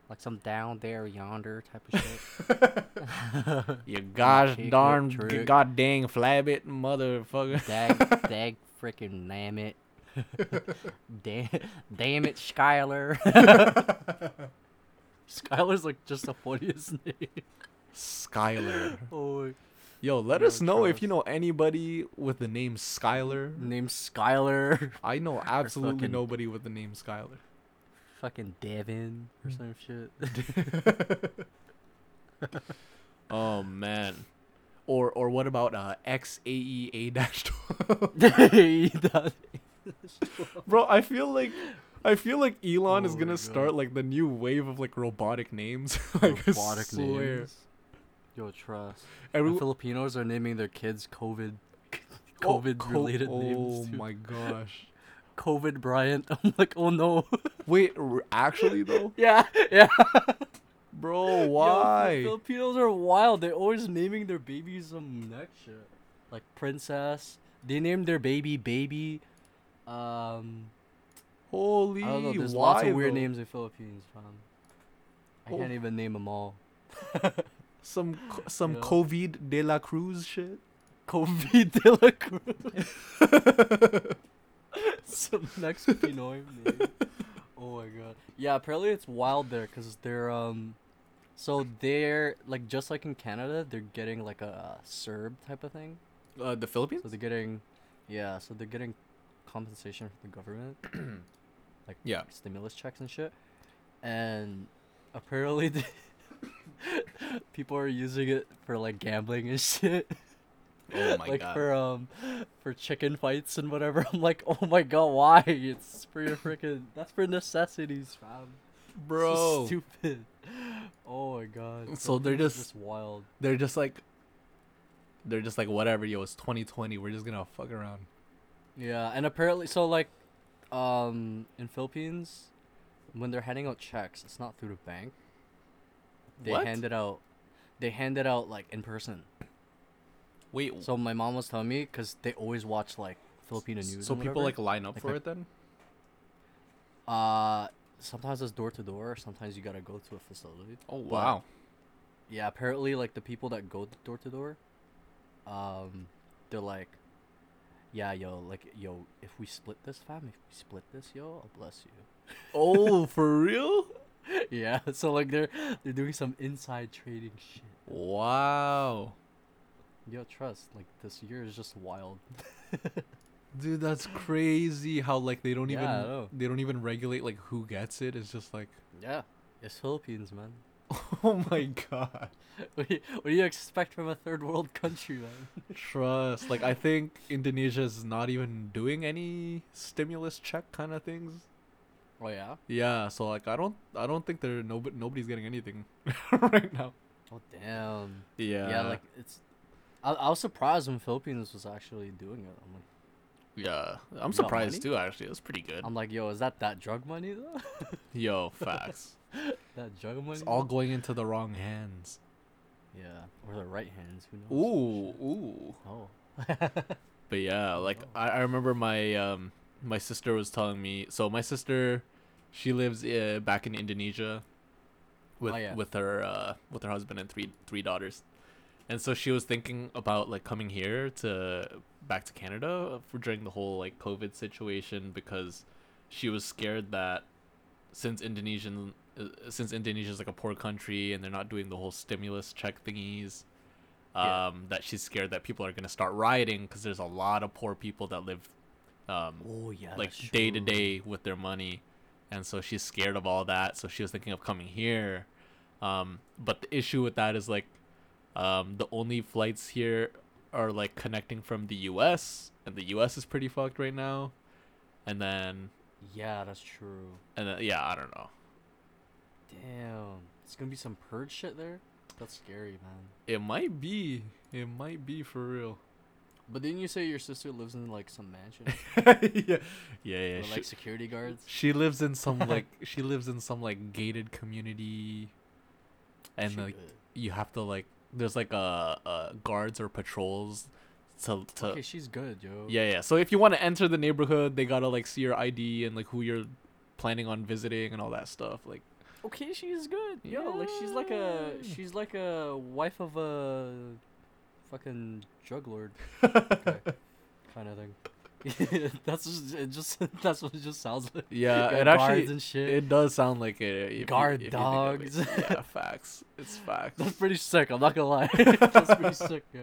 Speaker 1: Like some down there yonder type of shit.
Speaker 2: You gosh
Speaker 1: kick,
Speaker 2: darn,
Speaker 1: hook,
Speaker 2: g-
Speaker 1: trick.
Speaker 2: god dang, flabbit, motherfucker. *laughs*
Speaker 1: dag, dag, freaking damn *laughs* it. damn, damn it, *laughs* Skylar. Skylar's like just the funniest *laughs* name.
Speaker 2: Skylar.
Speaker 1: Oh,
Speaker 2: Yo, let
Speaker 1: Yo,
Speaker 2: us know if
Speaker 1: Travis.
Speaker 2: you know anybody with the name Skylar.
Speaker 1: name Skylar.
Speaker 2: I know absolutely
Speaker 1: fucking-
Speaker 2: nobody with the name Skylar.
Speaker 1: Fucking Devin or some shit. *laughs*
Speaker 2: Oh man. Or or what about uh XAEA dash *laughs*
Speaker 1: *laughs*
Speaker 2: Bro, I feel like I feel like Elon is
Speaker 1: Oh
Speaker 2: gonna
Speaker 1: my
Speaker 2: start like the new wave of like robotic names. *laughs* like,
Speaker 1: Robotic
Speaker 2: I swear.
Speaker 1: names. Yo, trust. The
Speaker 2: Every-
Speaker 1: Filipinos are naming their kids COVID. *laughs*
Speaker 2: oh,
Speaker 1: COVID
Speaker 2: co-
Speaker 1: related
Speaker 2: oh,
Speaker 1: names. too.
Speaker 2: my gosh.
Speaker 1: COVID Bryant. *laughs* I'm like, oh no.
Speaker 2: Wait, r- actually though,
Speaker 1: yeah, yeah. *laughs*
Speaker 2: *laughs* bro,
Speaker 1: Yo, Fil-
Speaker 2: why?
Speaker 1: Filipinos are wild. They're always naming their babies some neck shit. Like princess. They named their baby baby. Um,
Speaker 2: Holy,
Speaker 1: I don't know. There's
Speaker 2: why?
Speaker 1: lots of weird
Speaker 2: though?
Speaker 1: names in Philippines, fam. I can't even name them all. *laughs*
Speaker 2: Some co- some
Speaker 1: Yeah.
Speaker 2: COVID de la Cruz shit.
Speaker 1: Kobe De La Cruz. *laughs* Some next Pinoy name. Oh my god. Yeah, apparently it's wild there because they're um, so they're like just like in Canada, they're getting like a Serb type of thing.
Speaker 2: Uh, the Philippines.
Speaker 1: So they're getting, yeah. So they're getting compensation from the government, like
Speaker 2: Yeah.
Speaker 1: stimulus checks and shit. And apparently, *laughs* they people are using it for like gambling and shit. *laughs*
Speaker 2: Oh my
Speaker 1: like
Speaker 2: god.
Speaker 1: for um for chicken fights and whatever. *laughs* I'm like, oh my god, why? It's for your freaking. That's for necessities, fam. It's so *laughs*
Speaker 2: Bro,
Speaker 1: stupid. Oh my god.
Speaker 2: So they're
Speaker 1: people's
Speaker 2: just-
Speaker 1: wild.
Speaker 2: they're just like, they're just like whatever. Yo, it's 2020. We're just gonna fuck around.
Speaker 1: Yeah, and apparently, so like, um, in Philippines, when they're handing out checks, it's not through the bank. They
Speaker 2: What?
Speaker 1: hand it out. They hand it out like in person.
Speaker 2: Wait. So,
Speaker 1: So my mom was telling me because they always watch like Filipino news.
Speaker 2: so
Speaker 1: and
Speaker 2: people like
Speaker 1: whatever.
Speaker 2: line up
Speaker 1: Like
Speaker 2: for
Speaker 1: the-
Speaker 2: it then?
Speaker 1: uh, sometimes it's door to door. Sometimes you gotta go to a facility.
Speaker 2: Oh
Speaker 1: But,
Speaker 2: wow.
Speaker 1: Yeah, apparently, like the people that go door to door, um, they're like, yeah, yo, like yo, if we split this, fam, if we split this, yo, I'll bless you.
Speaker 2: *laughs* oh, for real?
Speaker 1: Yeah, *laughs* so like they're they're doing some inside trading shit.
Speaker 2: Wow.
Speaker 1: Yo, trust like this year is just wild. *laughs*
Speaker 2: Dude, that's crazy how like they don't
Speaker 1: Yeah, I know.
Speaker 2: even they don't even regulate like who gets it. It's just like *laughs*
Speaker 1: Yeah, it's Philippines, man. *laughs*
Speaker 2: oh my god.
Speaker 1: What do you, what do you expect from a third world country, man? *laughs*
Speaker 2: Trust. Like I think Indonesia's not even doing any stimulus check kind of things.
Speaker 1: Oh yeah.
Speaker 2: Yeah, so like I don't I don't think they're no nobody's getting anything *laughs* right now.
Speaker 1: Oh damn.
Speaker 2: Yeah.
Speaker 1: yeah, like it's. I, I was surprised when Philippines was actually doing it. I'm like,
Speaker 2: yeah. I'm
Speaker 1: got surprised money?
Speaker 2: too actually. That's pretty good.
Speaker 1: I'm like, yo, is that that drug money though? *laughs*
Speaker 2: Yo, *laughs* facts.
Speaker 1: that drug money.
Speaker 2: it's all
Speaker 1: though?
Speaker 2: going into the wrong hands.
Speaker 1: yeah, or the right hands. Who knows?
Speaker 2: Ooh, ooh.
Speaker 1: Oh. *laughs*
Speaker 2: But yeah, like I, I remember my um my sister was telling me. So my sister, she lives uh, back in Indonesia, with
Speaker 1: Oh, yeah.
Speaker 2: with her uh, with her husband and three three daughters, and so she was thinking about like coming here to back to Canada uh, for during the whole like COVID situation because she was scared that since Indonesian uh, since Indonesia is like a poor country and they're not doing the whole stimulus check thingies
Speaker 1: Yeah.
Speaker 2: um, that she's scared that people are going to start rioting because there's a lot of poor people that live um,
Speaker 1: oh yeah.
Speaker 2: like
Speaker 1: that's
Speaker 2: day to
Speaker 1: true.
Speaker 2: day with their money and so she's scared of all that so she was thinking of coming here um, but the issue with that is like um, the only flights here are like connecting from the us and the us is pretty fucked right now and then
Speaker 1: Yeah, that's true.
Speaker 2: and then yeah i don't know
Speaker 1: Damn, it's gonna be some purge shit there. That's scary, man.
Speaker 2: it might be it might be for real
Speaker 1: But didn't you say your sister lives in like some mansion
Speaker 2: *laughs* yeah yeah yeah
Speaker 1: with
Speaker 2: she-
Speaker 1: like security guards?
Speaker 2: She lives in some like she lives in some like gated community, *laughs* and
Speaker 1: She
Speaker 2: like
Speaker 1: good.
Speaker 2: you have to like there's like uh, uh guards or patrols to to
Speaker 1: okay, she's good, yo.
Speaker 2: yeah yeah. So if you want to enter the neighborhood, they gotta like see your ID and like who you're planning on visiting and all that stuff. Like
Speaker 1: Okay, she's good, yo. Like she's like a
Speaker 2: Yeah.
Speaker 1: she's like a wife of a fucking drug lord
Speaker 2: *laughs*
Speaker 1: kind of thing. *laughs* that's just, it. Just that's what it just sounds like.
Speaker 2: yeah,
Speaker 1: Got
Speaker 2: Uh, it
Speaker 1: guards
Speaker 2: actually
Speaker 1: and shit.
Speaker 2: it does sound like it. if you-
Speaker 1: Guard
Speaker 2: if you think of it.
Speaker 1: dogs.
Speaker 2: Yeah, facts. It's facts.
Speaker 1: *laughs* That's pretty sick. I'm not gonna lie. *laughs* that's pretty sick. Yeah.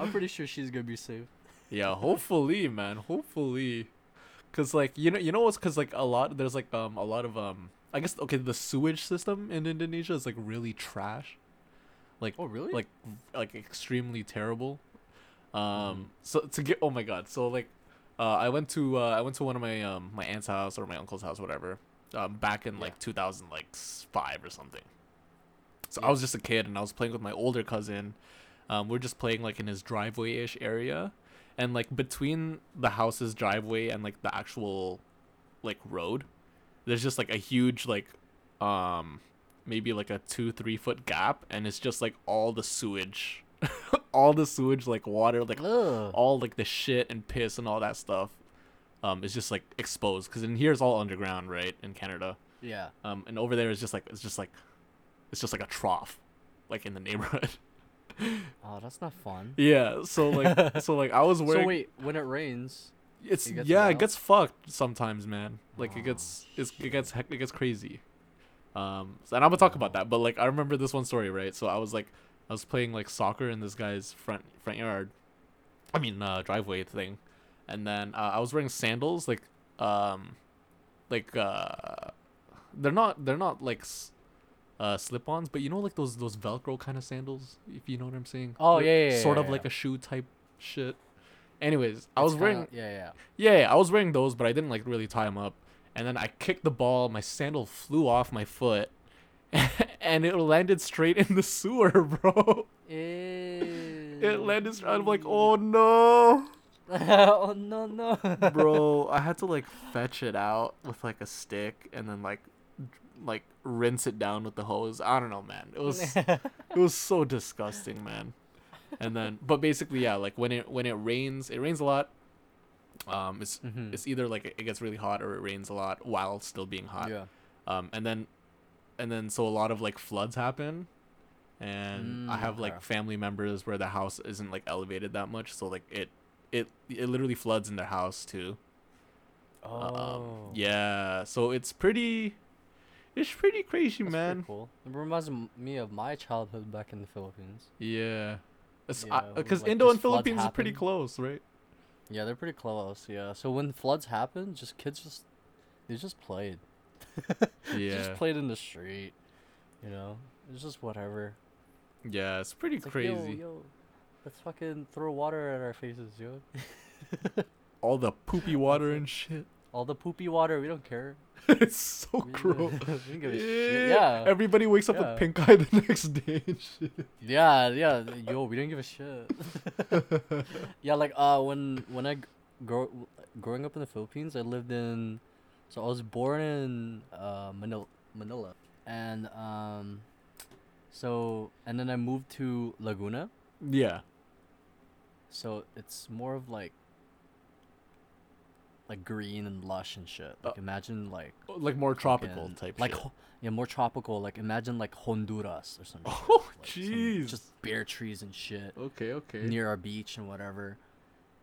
Speaker 1: I'm pretty sure she's gonna be safe.
Speaker 2: yeah hopefully man hopefully because like you know you know what's because like a lot there's like um a lot of um i guess okay the sewage system in indonesia is like really trash like
Speaker 1: Oh, really?
Speaker 2: like like extremely terrible um
Speaker 1: Mm-hmm.
Speaker 2: so to get oh my god so like uh i went to uh i went to one of my um my aunt's house or my uncle's house whatever um back in like
Speaker 1: Yeah.
Speaker 2: 2005 or something so i
Speaker 1: Yeah.
Speaker 2: was just a kid and i was playing with my older cousin um we're just playing like in his driveway-ish area and like between the house's driveway and like the actual like road there's just like a huge like um maybe like a two three foot gap and it's just like all the sewage *laughs* all the sewage like water like
Speaker 1: Ugh.
Speaker 2: all like the shit and piss and all that stuff um is just like exposed because in here it's all underground right in canada
Speaker 1: Yeah.
Speaker 2: um and over there it's just like it's just like It's just like a trough, like in the *laughs* neighborhood.
Speaker 1: Oh, that's not fun.
Speaker 2: yeah. So like, so like, I was wearing.
Speaker 1: So wait, when it rains,
Speaker 2: it's
Speaker 1: it gets
Speaker 2: yeah,
Speaker 1: wild?
Speaker 2: it
Speaker 1: Oh.
Speaker 2: gets fucked sometimes, man. Like it gets it's, it gets heck, it gets crazy. Um, so- and I'm gonna talk about that, but like I remember this one story, right? So I was like, I was playing like soccer in this guy's front front yard, I mean uh, driveway thing, and then uh, I was wearing sandals, like um, like uh, they're not they're not like s- uh slip-ons, but you know like those those Velcro kind of sandals, if you know what I'm saying.
Speaker 1: Oh,
Speaker 2: They're
Speaker 1: yeah, yeah,
Speaker 2: sort
Speaker 1: yeah,
Speaker 2: of
Speaker 1: yeah.
Speaker 2: like a shoe type shit. Anyways, I was
Speaker 1: it's kinda-
Speaker 2: wearing
Speaker 1: yeah, yeah.
Speaker 2: yeah, yeah, I was wearing those, but I didn't like really tie them up. And then I kicked the ball, my sandal flew off my foot, *laughs* and it landed straight in the sewer, *laughs* bro. It landed. Straight, I'm like, oh no,
Speaker 1: *laughs* oh no no. *laughs*
Speaker 2: bro. I had to like fetch it out with like a stick, and then like, like rinse it down with the hose. I don't know, man. It was it was so disgusting, man. And then, but basically, yeah, like when it when it rains, it rains a lot. Um, it's
Speaker 1: Mhm.
Speaker 2: it's either like it it gets really hot or it rains a lot while still being hot.
Speaker 1: yeah.
Speaker 2: Um, and then, and then so a lot of like floods happen, and I
Speaker 1: Mm,
Speaker 2: have like
Speaker 1: okay.
Speaker 2: family members where the house isn't like elevated that much, so like it it it literally floods in their house too.
Speaker 1: Oh.
Speaker 2: Um, yeah, so it's pretty, it's pretty crazy,
Speaker 1: That's pretty
Speaker 2: man.
Speaker 1: cool. It reminds m- me of my childhood back in the Philippines.
Speaker 2: Yeah. Because
Speaker 1: Yeah, when, like,
Speaker 2: Indo
Speaker 1: these
Speaker 2: and
Speaker 1: floods
Speaker 2: Philippines are pretty
Speaker 1: happen.
Speaker 2: close, right?
Speaker 1: Yeah, they're pretty close. Yeah. So when floods happen, just kids just they just
Speaker 2: *laughs*
Speaker 1: played.
Speaker 2: Yeah.
Speaker 1: Just played in the street. You know, it's just whatever.
Speaker 2: yeah, it's pretty
Speaker 1: It's
Speaker 2: crazy.
Speaker 1: Like, yo, yo, let's fucking throw water at our faces, yo.
Speaker 2: All the poopy water and shit.
Speaker 1: All the poopy water, we don't care.
Speaker 2: *laughs* it's so *laughs*
Speaker 1: We-
Speaker 2: cruel.
Speaker 1: we don't give a shit. Yeah.
Speaker 2: Everybody wakes up
Speaker 1: Yeah.
Speaker 2: with pink eye the *laughs* next day and shit.
Speaker 1: Yeah, yeah. Yo, we don't give a
Speaker 2: *laughs*
Speaker 1: shit. yeah, like uh, when when I g- grow growing up in the Philippines, I lived in, so I was born in uh Manila, Manila, and um, so and then I moved to Laguna,
Speaker 2: Yeah.
Speaker 1: so it's more of like. Like green and lush and shit. Like
Speaker 2: Uh,
Speaker 1: imagine like
Speaker 2: Like more tropical
Speaker 1: fucking-
Speaker 2: type
Speaker 1: Like
Speaker 2: shit. *laughs*
Speaker 1: ho- yeah, more tropical. Like imagine like Honduras or something.
Speaker 2: Oh, jeez. Oh,
Speaker 1: Just bare trees and shit
Speaker 2: Okay, okay.
Speaker 1: near our beach and whatever.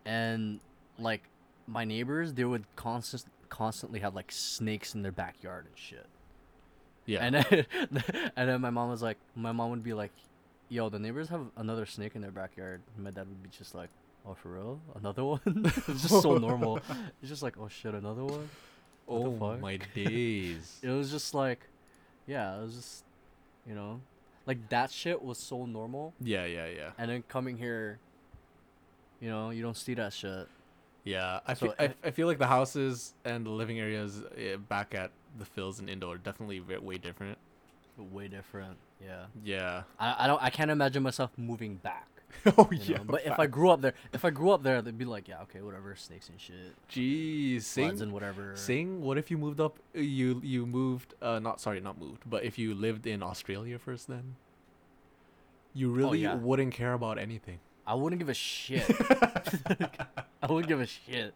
Speaker 1: And like my neighbors, they would constant constantly have like snakes in their backyard and shit.
Speaker 2: yeah.
Speaker 1: And then, *laughs* and then my mom was like, my mom would be like, "Yo, the neighbors have another snake in their backyard." And my dad would be just like, "Oh, for real? Another *laughs* one?" it's just
Speaker 2: *laughs*
Speaker 1: so normal. It's just like, "Oh shit, another one." what the
Speaker 2: oh
Speaker 1: fuck?
Speaker 2: my
Speaker 1: *laughs*
Speaker 2: days.
Speaker 1: It was just like, yeah, it was just, you know, like that shit was so normal.
Speaker 2: yeah, yeah, yeah.
Speaker 1: And then coming here, you know, you don't see that shit.
Speaker 2: Yeah, I,
Speaker 1: So
Speaker 2: feel, I,
Speaker 1: it-
Speaker 2: I feel like the houses and the living areas eh, back at the Phils and Indo are definitely ve- way different.
Speaker 1: way different. Yeah.
Speaker 2: Yeah. *laughs*
Speaker 1: I, I don't I can't imagine myself moving back.
Speaker 2: oh *laughs*
Speaker 1: you know? But if I grew up there if I grew up there they'd be like, Yeah, okay, whatever, snakes and shit.
Speaker 2: jeez,
Speaker 1: Floods and
Speaker 2: sing,
Speaker 1: whatever.
Speaker 2: sing. What if you moved up? You you moved. Uh, not sorry, not moved. But if you lived in Australia first, then you really
Speaker 1: yeah.
Speaker 2: wouldn't care about anything.
Speaker 1: I wouldn't give a shit.
Speaker 2: *laughs*
Speaker 1: *laughs* I wouldn't give a shit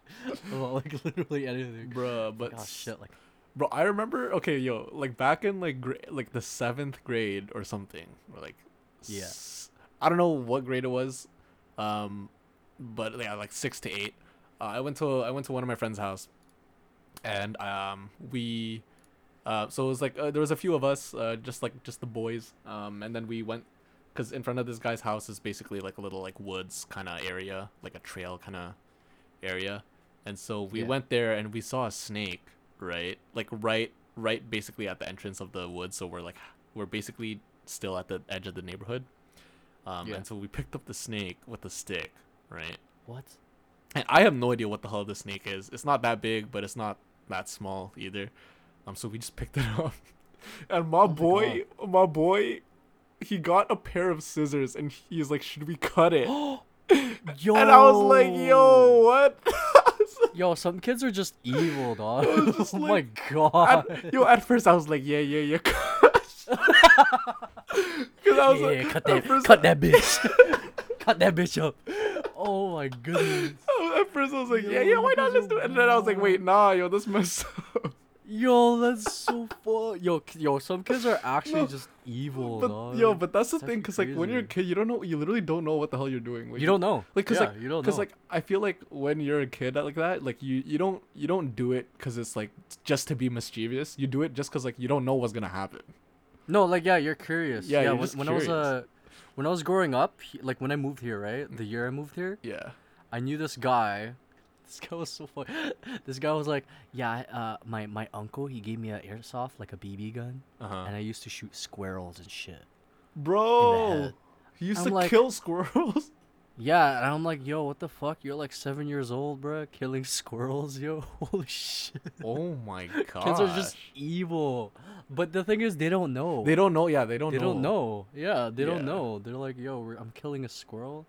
Speaker 1: about like literally anything.
Speaker 2: Bruh, but
Speaker 1: Oh
Speaker 2: s-
Speaker 1: shit, like
Speaker 2: bro, I remember. Okay, yo, like back in like gra- like the seventh grade or something, or like
Speaker 1: Yeah.
Speaker 2: s- I don't know what grade it was, um, but yeah, like six to eight. Uh, I went to I went to one of my friend's house, and um, we, uh, so it was like uh, there was a few of us, uh, just like just the boys, um, and then we went, cause in front of this guy's house is basically like a little like woods kind of area, like a trail kind of area, and so we
Speaker 1: Yeah.
Speaker 2: went there and we saw a snake, right, like right right basically at the entrance of the woods, so we're like we're basically still at the edge of the neighborhood. Um,
Speaker 1: Yeah.
Speaker 2: And so we picked up the snake with a stick, right? *gasps*
Speaker 1: what?
Speaker 2: And I have no idea what the hell this snake is. It's not that big, but it's not that small either. Um, so we just *laughs* picked it up, and
Speaker 1: Oh
Speaker 2: my boy, my boy, he got a pair of scissors, and he's like, "Should we
Speaker 1: *gasps*
Speaker 2: cut it?"
Speaker 1: Yo
Speaker 2: And I was like, "Yo,
Speaker 1: Oh.
Speaker 2: what?" *laughs*
Speaker 1: Yo, some kids are just evil, dog.
Speaker 2: was
Speaker 1: *laughs*
Speaker 2: just
Speaker 1: oh
Speaker 2: like-
Speaker 1: my god. *laughs*
Speaker 2: At- yo, at first I was like, "Yeah, yeah, *laughs* yeah." Because I was
Speaker 1: yeah,
Speaker 2: like,
Speaker 1: cut
Speaker 2: at
Speaker 1: *laughs* that,
Speaker 2: first-
Speaker 1: cut that bitch, *laughs* cut that bitch up. Oh my goodness.
Speaker 2: I was- At first, I was like,
Speaker 1: Yo,
Speaker 2: yeah, yeah, why
Speaker 1: you
Speaker 2: not?
Speaker 1: guys
Speaker 2: Let's
Speaker 1: are
Speaker 2: do it. And then I was like, wait, nah, yo, this messed up.
Speaker 1: Yo, that's so fuck. Yo, k- yo, some kids are actually just evil.
Speaker 2: But
Speaker 1: dog.
Speaker 2: yo, but that's the
Speaker 1: It's
Speaker 2: thing,
Speaker 1: actually
Speaker 2: cause like when you're a
Speaker 1: crazy.
Speaker 2: kid, you don't know, you literally don't know what the hell you're doing. Like,
Speaker 1: you don't know.
Speaker 2: like, cause
Speaker 1: yeah,
Speaker 2: like,
Speaker 1: you don't
Speaker 2: cause
Speaker 1: know.
Speaker 2: like, I feel like when you're a kid like that, like you you don't you don't do it cause it's like just to be mischievous. You do it just cause like you don't know what's gonna happen.
Speaker 1: No, like yeah, you're curious.
Speaker 2: Yeah,
Speaker 1: Yeah,
Speaker 2: you're
Speaker 1: when,
Speaker 2: just
Speaker 1: when I was
Speaker 2: curious.
Speaker 1: uh, when I was growing up, he- like when I moved here, right? The year I moved here,
Speaker 2: Yeah.
Speaker 1: I knew this guy. *laughs* This guy was so funny. *laughs* This guy was like, yeah, I- uh, my my uncle he gave me an airsoft like a BB gun,
Speaker 2: Uh huh.
Speaker 1: and I used to shoot squirrels and shit.
Speaker 2: Bro, he used
Speaker 1: I'm
Speaker 2: to
Speaker 1: like-
Speaker 2: kill squirrels. *laughs*
Speaker 1: Yeah, and I'm like, yo, what the fuck? You're like seven years old, bruh, killing *laughs* squirrels, yo. Holy shit.
Speaker 2: oh my god.
Speaker 1: Kids are just evil. But the thing is, they don't know.
Speaker 2: They don't know. Yeah, they don't.
Speaker 1: They
Speaker 2: know.
Speaker 1: don't
Speaker 2: *laughs*
Speaker 1: know. Yeah, they
Speaker 2: Yeah.
Speaker 1: don't know. They're like, yo, we're, I'm killing a squirrel.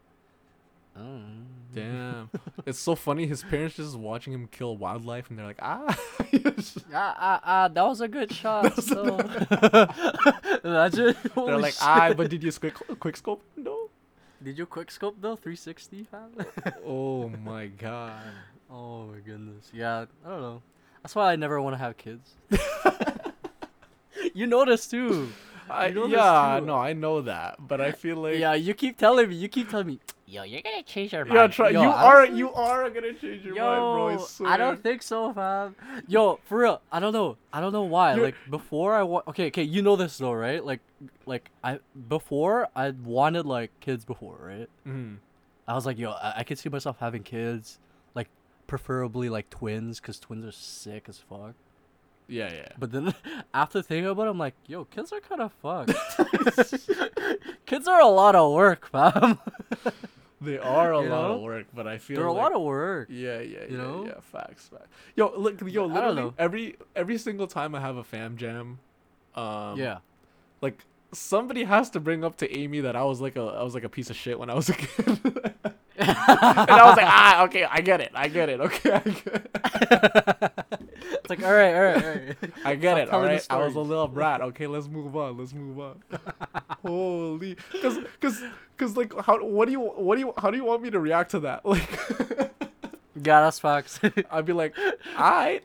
Speaker 1: I don't know.
Speaker 2: Damn. it's so funny. His parents just watching him kill wildlife, and they're like, ah. *laughs*
Speaker 1: Ah, ah, ah, that was a good shot. so. *laughs*
Speaker 2: *laughs*
Speaker 1: Imagine.
Speaker 2: they're
Speaker 1: holy
Speaker 2: like,
Speaker 1: shit.
Speaker 2: ah, but did you quick quick scope? No.
Speaker 1: Did you quick scope though? 360?
Speaker 2: *laughs*
Speaker 1: fam?
Speaker 2: Oh my god.
Speaker 1: oh my goodness. Yeah, I don't know. That's why I never want to have kids.
Speaker 2: *laughs*
Speaker 1: *laughs* you notice too.
Speaker 2: I,
Speaker 1: know this
Speaker 2: yeah,
Speaker 1: too.
Speaker 2: no, I know that, but I feel like
Speaker 1: yeah, you keep telling me. You keep telling me.
Speaker 3: Yo, you're gonna change your
Speaker 2: yeah, try.
Speaker 1: Yo,
Speaker 2: you
Speaker 1: I
Speaker 2: are
Speaker 1: don't-
Speaker 2: you are gonna change your mind, bro.
Speaker 1: Yo,
Speaker 2: swear.
Speaker 1: I don't think so, fam. Yo, for real, I don't know. I don't know why.
Speaker 2: You're-
Speaker 1: Like before, I wa- okay, okay, you know this though, right? Like, like I before I wanted like kids before, right?
Speaker 2: Mhm.
Speaker 1: I was like, yo, I, I could see myself having kids, like preferably like twins, cause twins are sick as fuck.
Speaker 2: Yeah, yeah.
Speaker 1: But then *laughs* after thinking about it, I'm like, yo, kids are kind of
Speaker 2: *laughs*
Speaker 1: fucked. kids are a lot of work, fam.
Speaker 2: They are a
Speaker 1: You
Speaker 2: lot of
Speaker 1: know?
Speaker 2: work, but I feel
Speaker 1: They're a
Speaker 2: like,
Speaker 1: lot of work.
Speaker 2: Yeah, yeah, yeah,
Speaker 1: know?
Speaker 2: yeah. Facts, facts. Yo, look, yo,
Speaker 1: I don't
Speaker 2: literally
Speaker 1: know.
Speaker 2: every every single time I have a fam jam, um,
Speaker 1: Yeah. *laughs*
Speaker 2: like somebody has to bring up to Amy that I was like a I was like a piece of shit when I was a kid, *laughs* and I was like, ah, okay, I get it, I get it, okay, I get it.
Speaker 1: it's like, all right, all right, all right. *laughs*
Speaker 2: I get
Speaker 1: Stop
Speaker 2: it. All
Speaker 1: telling the
Speaker 2: right, I was a
Speaker 1: stories.
Speaker 2: little brat. Okay, let's move on. Let's move on.
Speaker 1: *laughs*
Speaker 2: Holy, cause, cause, cause, like, how? What do you? What do you? How do you want me to react to that? *laughs* Like,
Speaker 1: Yeah, that's facts.
Speaker 2: I'd be like, alright.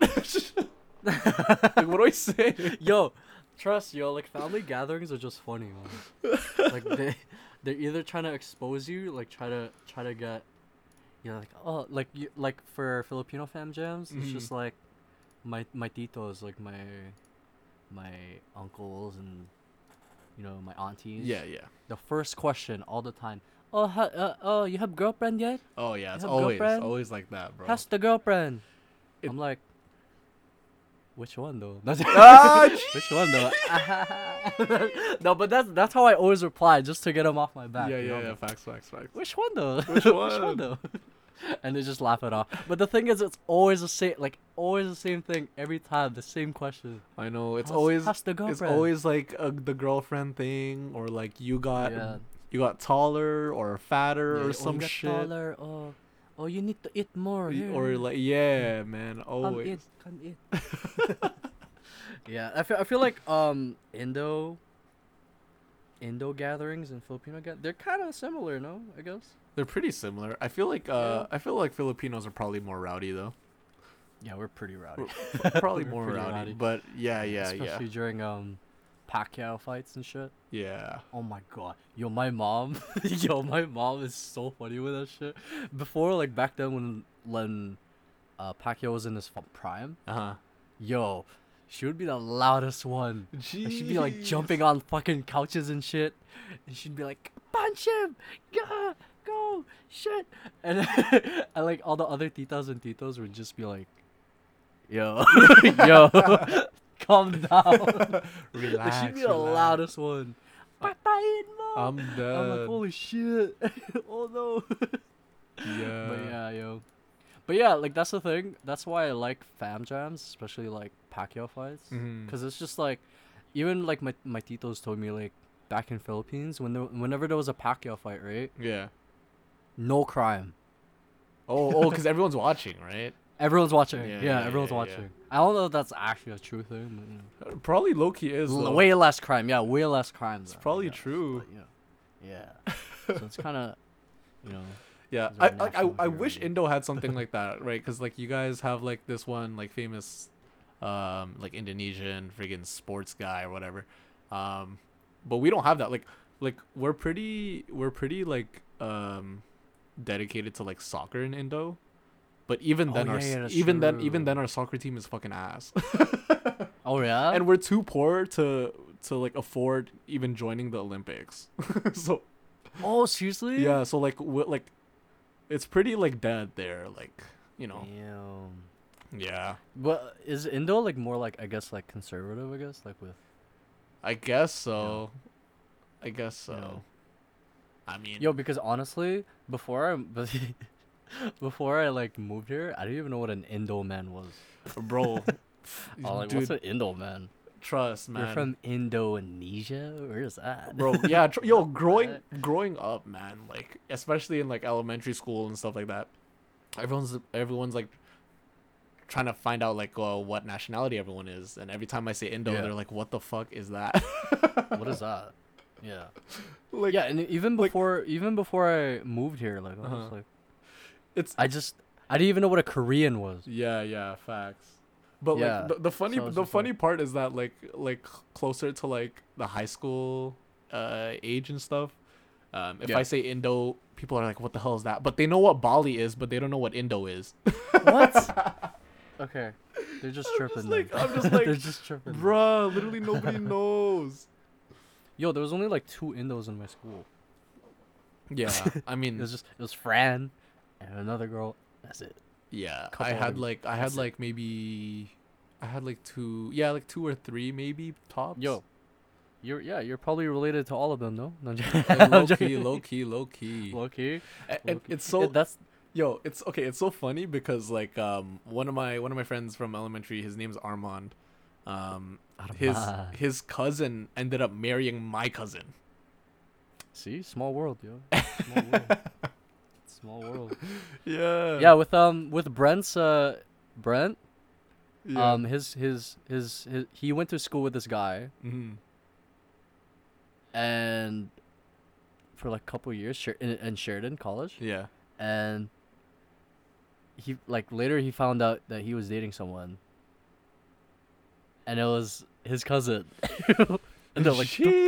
Speaker 2: *laughs* like, what do I
Speaker 1: *laughs*
Speaker 2: say?
Speaker 1: *laughs* yo, trust yo, like family gatherings are just funny, man. like they, they're either trying to expose you, like try to try to get, you know, like oh, like you, like for Filipino fam jams, it's
Speaker 2: Mhm.
Speaker 1: just like, my my titos, like my, my uncles and, you know, my aunties.
Speaker 2: Yeah, yeah.
Speaker 1: The first question all the time. Oh, ha- uh, oh, you have girlfriend yet?
Speaker 2: Oh yeah, it's
Speaker 1: have
Speaker 2: always
Speaker 1: girlfriend?
Speaker 2: always like that, bro.
Speaker 1: How's the girlfriend?
Speaker 2: It-
Speaker 1: I'm like, which one though? *laughs*
Speaker 2: Ah,
Speaker 1: which one though? *laughs* no, but that's that's how I always reply, just to get them off my back.
Speaker 2: yeah,
Speaker 1: you know?
Speaker 2: yeah, yeah. Facts, facts, facts.
Speaker 1: *laughs* Which one though?
Speaker 2: Which one?
Speaker 1: though? And they just laugh it off. But the thing is, it's always the same, like always the same thing every time, the same question.
Speaker 2: I know. It's
Speaker 1: How's-
Speaker 2: always
Speaker 1: how's the
Speaker 2: it's
Speaker 1: girlfriend?
Speaker 2: always like uh the girlfriend thing, or like you got
Speaker 1: Yeah.
Speaker 2: you got taller or fatter
Speaker 1: Yeah, "Oh,
Speaker 2: or
Speaker 1: you
Speaker 2: some
Speaker 1: got
Speaker 2: shit.
Speaker 1: taller, or, or you need to eat more.
Speaker 2: Y-
Speaker 1: here,
Speaker 2: Or
Speaker 1: here.
Speaker 2: like, yeah, man,
Speaker 1: Come
Speaker 2: always.
Speaker 1: eat, come eat. *laughs* yeah, I feel, I feel like um Indo Indo gatherings and Filipino gatherings, they're kind of similar, no? I guess.
Speaker 2: They're pretty similar. I feel like uh, I feel like Filipinos are probably more
Speaker 1: *laughs*
Speaker 2: rowdy though.
Speaker 1: Yeah, we're pretty rowdy.
Speaker 2: We're pro- probably
Speaker 1: We're
Speaker 2: more
Speaker 1: pretty
Speaker 2: rowdy,
Speaker 1: rowdy.
Speaker 2: but yeah, yeah,
Speaker 1: Especially during um Pacquiao fights and shit.
Speaker 2: yeah, yeah.
Speaker 1: Oh my god. Yo, my mom. *laughs* yo, my mom is so funny with that shit. Before like back then when when uh Pacquiao was in his fu- prime,
Speaker 2: Uh huh.
Speaker 1: yo, she would be the loudest one. And She'd be like jumping on fucking couches and shit. And she'd be like, punch him! Go! Go! Shit! And, *laughs* and like all the other titas and titos would just be like, yo, *laughs* yo, calm down.
Speaker 2: *laughs*
Speaker 1: Like,
Speaker 2: Relax.
Speaker 1: she'd be the
Speaker 2: relax.
Speaker 1: loudest one. Patayin mo! *laughs*
Speaker 2: I'm
Speaker 1: I'm like,
Speaker 2: dead.
Speaker 1: holy shit. *laughs* oh no. *laughs*
Speaker 2: yeah.
Speaker 1: But yeah, yo. But yeah, like that's the thing. That's why I like fam jams, especially like Pacquiao fights,
Speaker 2: Mhm.
Speaker 1: because it's just like, even like my my titos told me like back in Philippines when there, whenever there was a Pacquiao fight, right? *laughs*
Speaker 2: Yeah.
Speaker 1: No crime.
Speaker 2: Oh, oh, because everyone's watching, right?
Speaker 1: Everyone's watching.
Speaker 2: Yeah,
Speaker 1: Yeah,
Speaker 2: yeah,
Speaker 1: everyone's
Speaker 2: yeah, yeah.
Speaker 1: watching. I don't know if that's actually a true thing, but you know.
Speaker 2: Uh, Probably Loki is.
Speaker 1: L-
Speaker 2: though.
Speaker 1: way less crime. Yeah, way less crime. It's
Speaker 2: probably true.
Speaker 1: yeah. Yeah.
Speaker 2: *laughs*
Speaker 1: so it's kind of, you know.
Speaker 2: Yeah,
Speaker 1: He's our
Speaker 2: I, I, I,
Speaker 1: national
Speaker 2: I
Speaker 1: hero,
Speaker 2: wish
Speaker 1: dude. *laughs*
Speaker 2: Indo had something like that, right? Because like you guys have like this one like famous um, like Indonesian friggin' sports guy or whatever. Um, but we don't have that. Like, like we're pretty, we're pretty like um, dedicated to like soccer in Indo. But even
Speaker 1: Oh,
Speaker 2: then, our
Speaker 1: yeah,
Speaker 2: s-
Speaker 1: yeah, that's
Speaker 2: even then,
Speaker 1: true.
Speaker 2: even then, our soccer team is fucking ass.
Speaker 1: Oh yeah.
Speaker 2: *laughs* and we're too poor to to like afford even joining the Olympics. *laughs* so
Speaker 1: oh seriously?
Speaker 2: yeah, so like we like it's pretty like dead there. Like you know,
Speaker 1: Damn. Mm,
Speaker 2: yeah.
Speaker 1: But is Indo like more like I guess like conservative? I guess like with.
Speaker 2: I guess so. I guess so. I mean,
Speaker 1: Yo, because honestly, before I before I *laughs* like moved here, I didn't even know what an Indo man was. *laughs*
Speaker 2: bro,
Speaker 1: I
Speaker 2: *laughs*
Speaker 1: was like,
Speaker 2: dude,
Speaker 1: what's an Indo man?
Speaker 2: trust man.
Speaker 1: You're from Indonesia? Where's that? *laughs*
Speaker 2: bro yeah tr- yo growing
Speaker 1: What?
Speaker 2: growing up man like especially in like elementary school and stuff like that everyone's everyone's like trying to find out like uh, what nationality everyone is and every time i say indo
Speaker 1: Yeah.
Speaker 2: they're like what the fuck is that *laughs*
Speaker 1: what is that? Yeah.
Speaker 2: like
Speaker 1: yeah, and e-, even
Speaker 2: like-
Speaker 1: before even before I moved here, like I was
Speaker 2: Uh-huh.
Speaker 1: like,
Speaker 2: it's
Speaker 1: I just I didn't even know what a Korean was.
Speaker 2: yeah yeah facts but
Speaker 1: Yeah,
Speaker 2: like the, the funny
Speaker 1: so it's
Speaker 2: the
Speaker 1: just like-
Speaker 2: funny part is that like like closer to like the high school uh age and stuff um, if
Speaker 1: Yeah.
Speaker 2: I say Indo, people are like, "What the hell is that?" But they know what Bali is, but they don't know what
Speaker 1: *laughs*
Speaker 2: Indo is. *laughs*
Speaker 1: What? okay. They're just tripping.
Speaker 2: just
Speaker 1: then.
Speaker 2: like- I'm just
Speaker 1: *laughs*
Speaker 2: like,
Speaker 1: They're just tripping. then.
Speaker 2: Bruh, literally
Speaker 1: *laughs*
Speaker 2: nobody knows.
Speaker 1: Yo, there was only like two Indos in my school.
Speaker 2: Yeah, I
Speaker 1: It
Speaker 2: mean,
Speaker 1: was just it was Fran and another girl. That's it.
Speaker 2: yeah, I
Speaker 1: couple
Speaker 2: had
Speaker 1: other-
Speaker 2: like I had
Speaker 1: that's it.
Speaker 2: like maybe I had like two, yeah, like two or three maybe tops.
Speaker 1: Yo, you're yeah, you're probably related to all of them, no? *laughs* No, I'm j- I'm *laughs*
Speaker 2: low key,
Speaker 1: joking.
Speaker 2: low key, low key.
Speaker 1: low key.
Speaker 2: And
Speaker 1: low-key.
Speaker 2: it's so
Speaker 1: It- that's
Speaker 2: yo, it's okay. It's so funny because like um one of my one of my friends from elementary, his name's Armand. Um, his
Speaker 1: Armand.
Speaker 2: his cousin ended up marrying my cousin.
Speaker 1: see, small world, *laughs* yo. Small world. small *laughs* world.
Speaker 2: Yeah.
Speaker 1: Yeah, with um with Brent's uh Brent,
Speaker 2: yeah.
Speaker 1: um his, his his his he went to school with this guy
Speaker 2: Mhm.
Speaker 1: and for like a couple years Sher- in, in Sheridan College.
Speaker 2: Yeah.
Speaker 1: and he like later he found out that he was dating someone and it was his cousin *laughs* and they're like the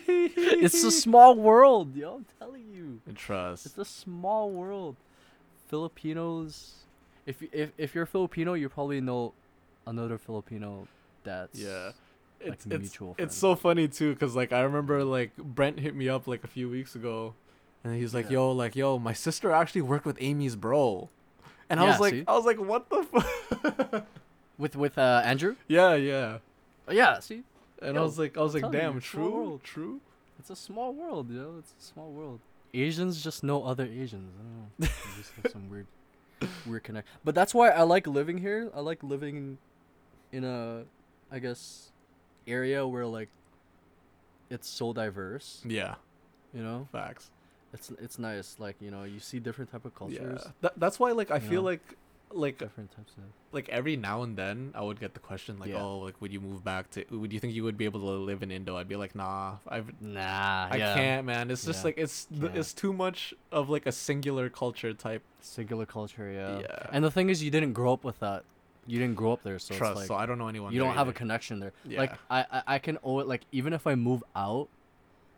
Speaker 1: fuck *laughs* it's a small world yo i'm telling you
Speaker 2: Trust.
Speaker 1: it's a small world filipinos if y- if, if you're filipino you probably know another filipino that's
Speaker 2: Yeah.
Speaker 1: like,
Speaker 2: It's, it's,
Speaker 1: mutual
Speaker 2: it's
Speaker 1: friend.
Speaker 2: so funny too because like i remember like brent hit me up like a few weeks ago and he's like
Speaker 1: Yeah.
Speaker 2: yo like yo my sister actually worked with amy's bro and i
Speaker 1: Yeah,
Speaker 2: was like
Speaker 1: see?
Speaker 2: i was like what the fuck
Speaker 1: with with uh andrew
Speaker 2: *laughs* yeah yeah
Speaker 1: Oh, yeah see
Speaker 2: and i
Speaker 1: Yo,
Speaker 2: was like i was like
Speaker 1: telling you,
Speaker 2: damn
Speaker 1: it's small
Speaker 2: true
Speaker 1: world."
Speaker 2: true
Speaker 1: It's a small world, you know. It's a small world. Asians just know other Asians. I *laughs* don't know. They just have some weird, weird connect. But that's why I like living here. I like living in a, I guess, area where like it's so diverse.
Speaker 2: yeah
Speaker 1: You know,
Speaker 2: facts
Speaker 1: it's it's nice. Like you know, you see different type of cultures,
Speaker 2: yeah That, that's why like i
Speaker 1: You
Speaker 2: feel
Speaker 1: know?
Speaker 2: like like
Speaker 1: different types of.
Speaker 2: like every now and then i would get the question like
Speaker 1: Yeah.
Speaker 2: oh like would you move back to would you think you would be able to live in indo i'd be like nah i've
Speaker 1: Nah,
Speaker 2: I can't, man. It's just
Speaker 1: Yeah.
Speaker 2: like it's th-
Speaker 1: Yeah.
Speaker 2: it's too much of like a singular culture type.
Speaker 1: Singular culture, yeah.
Speaker 2: Yeah.
Speaker 1: And the thing is, you didn't grow up with that. You didn't grow up there, so it's
Speaker 2: trust.
Speaker 1: like
Speaker 2: so I don't know anyone.
Speaker 1: you
Speaker 2: there
Speaker 1: don't have a
Speaker 2: either.
Speaker 1: connection there.
Speaker 2: Yeah.
Speaker 1: Like I, I, I can always like even if I move out,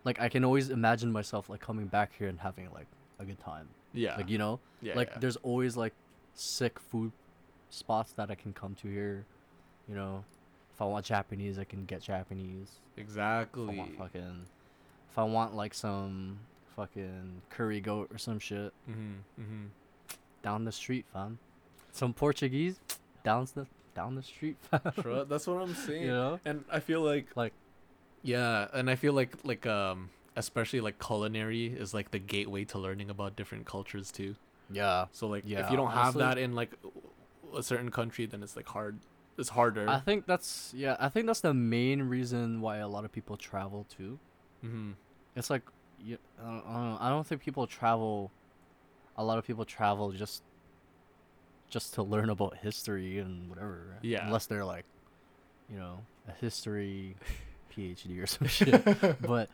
Speaker 1: like I can always imagine myself like coming back here and having like a good time.
Speaker 2: yeah,
Speaker 1: Like you know,
Speaker 2: yeah,
Speaker 1: like
Speaker 2: yeah.
Speaker 1: there's always like sick food spots that I can come to here. You know, if I want Japanese, I can get Japanese. If I
Speaker 2: exactly.
Speaker 1: want fucking, if I want like some fucking curry goat or some shit
Speaker 2: Mm-hmm, mm-hmm.
Speaker 1: *laughs* down the street, fam. Some Portuguese down the down the street, *laughs* fam.
Speaker 2: True. That's what I'm saying.
Speaker 1: You know,
Speaker 2: And I feel like
Speaker 1: like
Speaker 2: yeah, and I feel like like um especially like culinary is like the gateway to learning about different cultures too.
Speaker 1: yeah.
Speaker 2: So like if
Speaker 1: Yeah,
Speaker 2: you don't
Speaker 1: honestly-
Speaker 2: have that in like a certain country, then it's like hard. It's harder.
Speaker 1: I think that's yeah. I think that's the main reason why a lot of people travel too.
Speaker 2: mm-hmm.
Speaker 1: It's like you, I, don't, I don't know. I don't think people travel. A lot of people travel just just to learn about history and whatever. right?
Speaker 2: Yeah.
Speaker 1: Unless they're like, you know, a history
Speaker 2: *laughs*
Speaker 1: PhD or some shit. But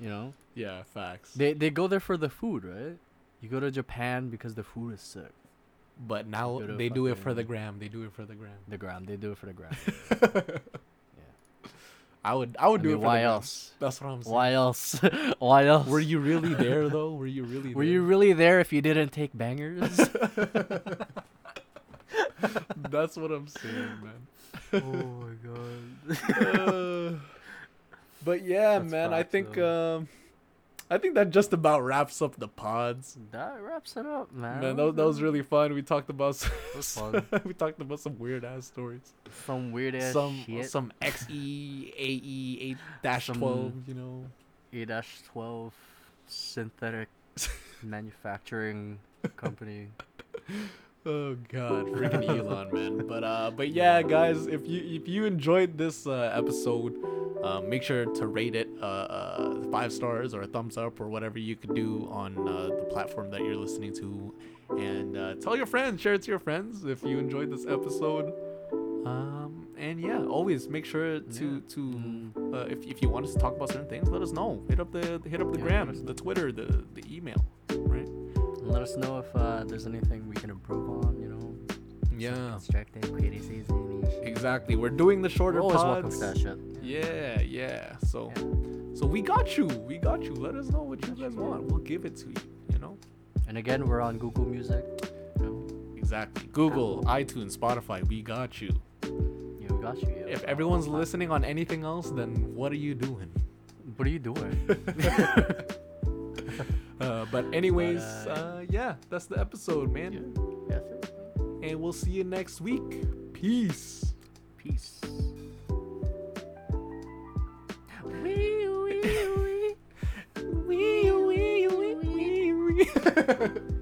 Speaker 1: you know,
Speaker 2: Yeah, facts.
Speaker 1: they they go there for the food, right? You go to Japan because the food is sick.
Speaker 2: But now
Speaker 1: Go to
Speaker 2: they do it for the
Speaker 1: fucking-
Speaker 2: gram. They do it for the *laughs* gram.
Speaker 1: The gram. They do it for the
Speaker 2: *laughs*
Speaker 1: gram.
Speaker 2: I would I would
Speaker 1: I
Speaker 2: do
Speaker 1: mean,
Speaker 2: it for
Speaker 1: why
Speaker 2: the gram.
Speaker 1: else?
Speaker 2: That's what I'm saying.
Speaker 1: Why else? *laughs* Why else?
Speaker 2: Were you *laughs* really there though? Were you really
Speaker 1: Were
Speaker 2: there?
Speaker 1: you really there if you didn't take *laughs* bangers?
Speaker 2: *laughs* That's what I'm saying, man.
Speaker 1: *laughs* oh my god.
Speaker 2: Uh, but yeah,
Speaker 1: That's
Speaker 2: man, I
Speaker 1: facts,
Speaker 2: think
Speaker 1: though.
Speaker 2: um I think that just about wraps up the pods.
Speaker 1: That wraps it up, man.
Speaker 2: Man, that, that was really fun. We talked about some,
Speaker 1: was *laughs* fun.
Speaker 2: *laughs* we talked about some weird ass stories.
Speaker 1: some weird ass
Speaker 2: some uh,
Speaker 1: shit.
Speaker 2: some E, XE AE eight dash
Speaker 1: Some-
Speaker 2: twelve, you know.
Speaker 1: A dash twelve *laughs* synthetic manufacturing company.
Speaker 2: Oh *laughs* god, freaking Elon, man. But uh but yeah, guys, if you if you enjoyed this uh, episode, uh, make sure to rate it uh, uh 5 stars or a thumbs up or whatever you could do on uh, the platform that you're listening to and uh, tell your friends, share it to your friends if you enjoyed this episode. Um and yeah, always make sure to
Speaker 1: Yeah.
Speaker 2: to
Speaker 1: Mm.
Speaker 2: uh, if if you want us to talk about certain things, let us know. Hit up the hit up the
Speaker 1: Yeah.
Speaker 2: grams, the Twitter, the the email, right?
Speaker 1: And let us know if uh, there's anything we can improve on. You know, constructive criticism. and shit.
Speaker 2: Exactly. We're doing the shorter
Speaker 1: We're always welcome
Speaker 2: pods.
Speaker 1: to that shit.
Speaker 2: Yeah, yeah. So so we got you. We got you. Let us know what you guys want. We'll give it to you, you know?
Speaker 1: And again, we're on Google Music. You know,
Speaker 2: Exactly. Google, iTunes, Spotify, we got you.
Speaker 1: yeah, we got you. yeah.
Speaker 2: If everyone's listening on anything else, then what are you doing?
Speaker 1: what are you doing?
Speaker 2: Uh, but anyways,
Speaker 1: But,
Speaker 2: uh, yeah, that's the episode, man.
Speaker 1: yeah. That's it.
Speaker 2: And we'll see you next week. Peace.
Speaker 1: Peace. Wee, wee, wee.
Speaker 2: Wee, wee, wee, wee, wee.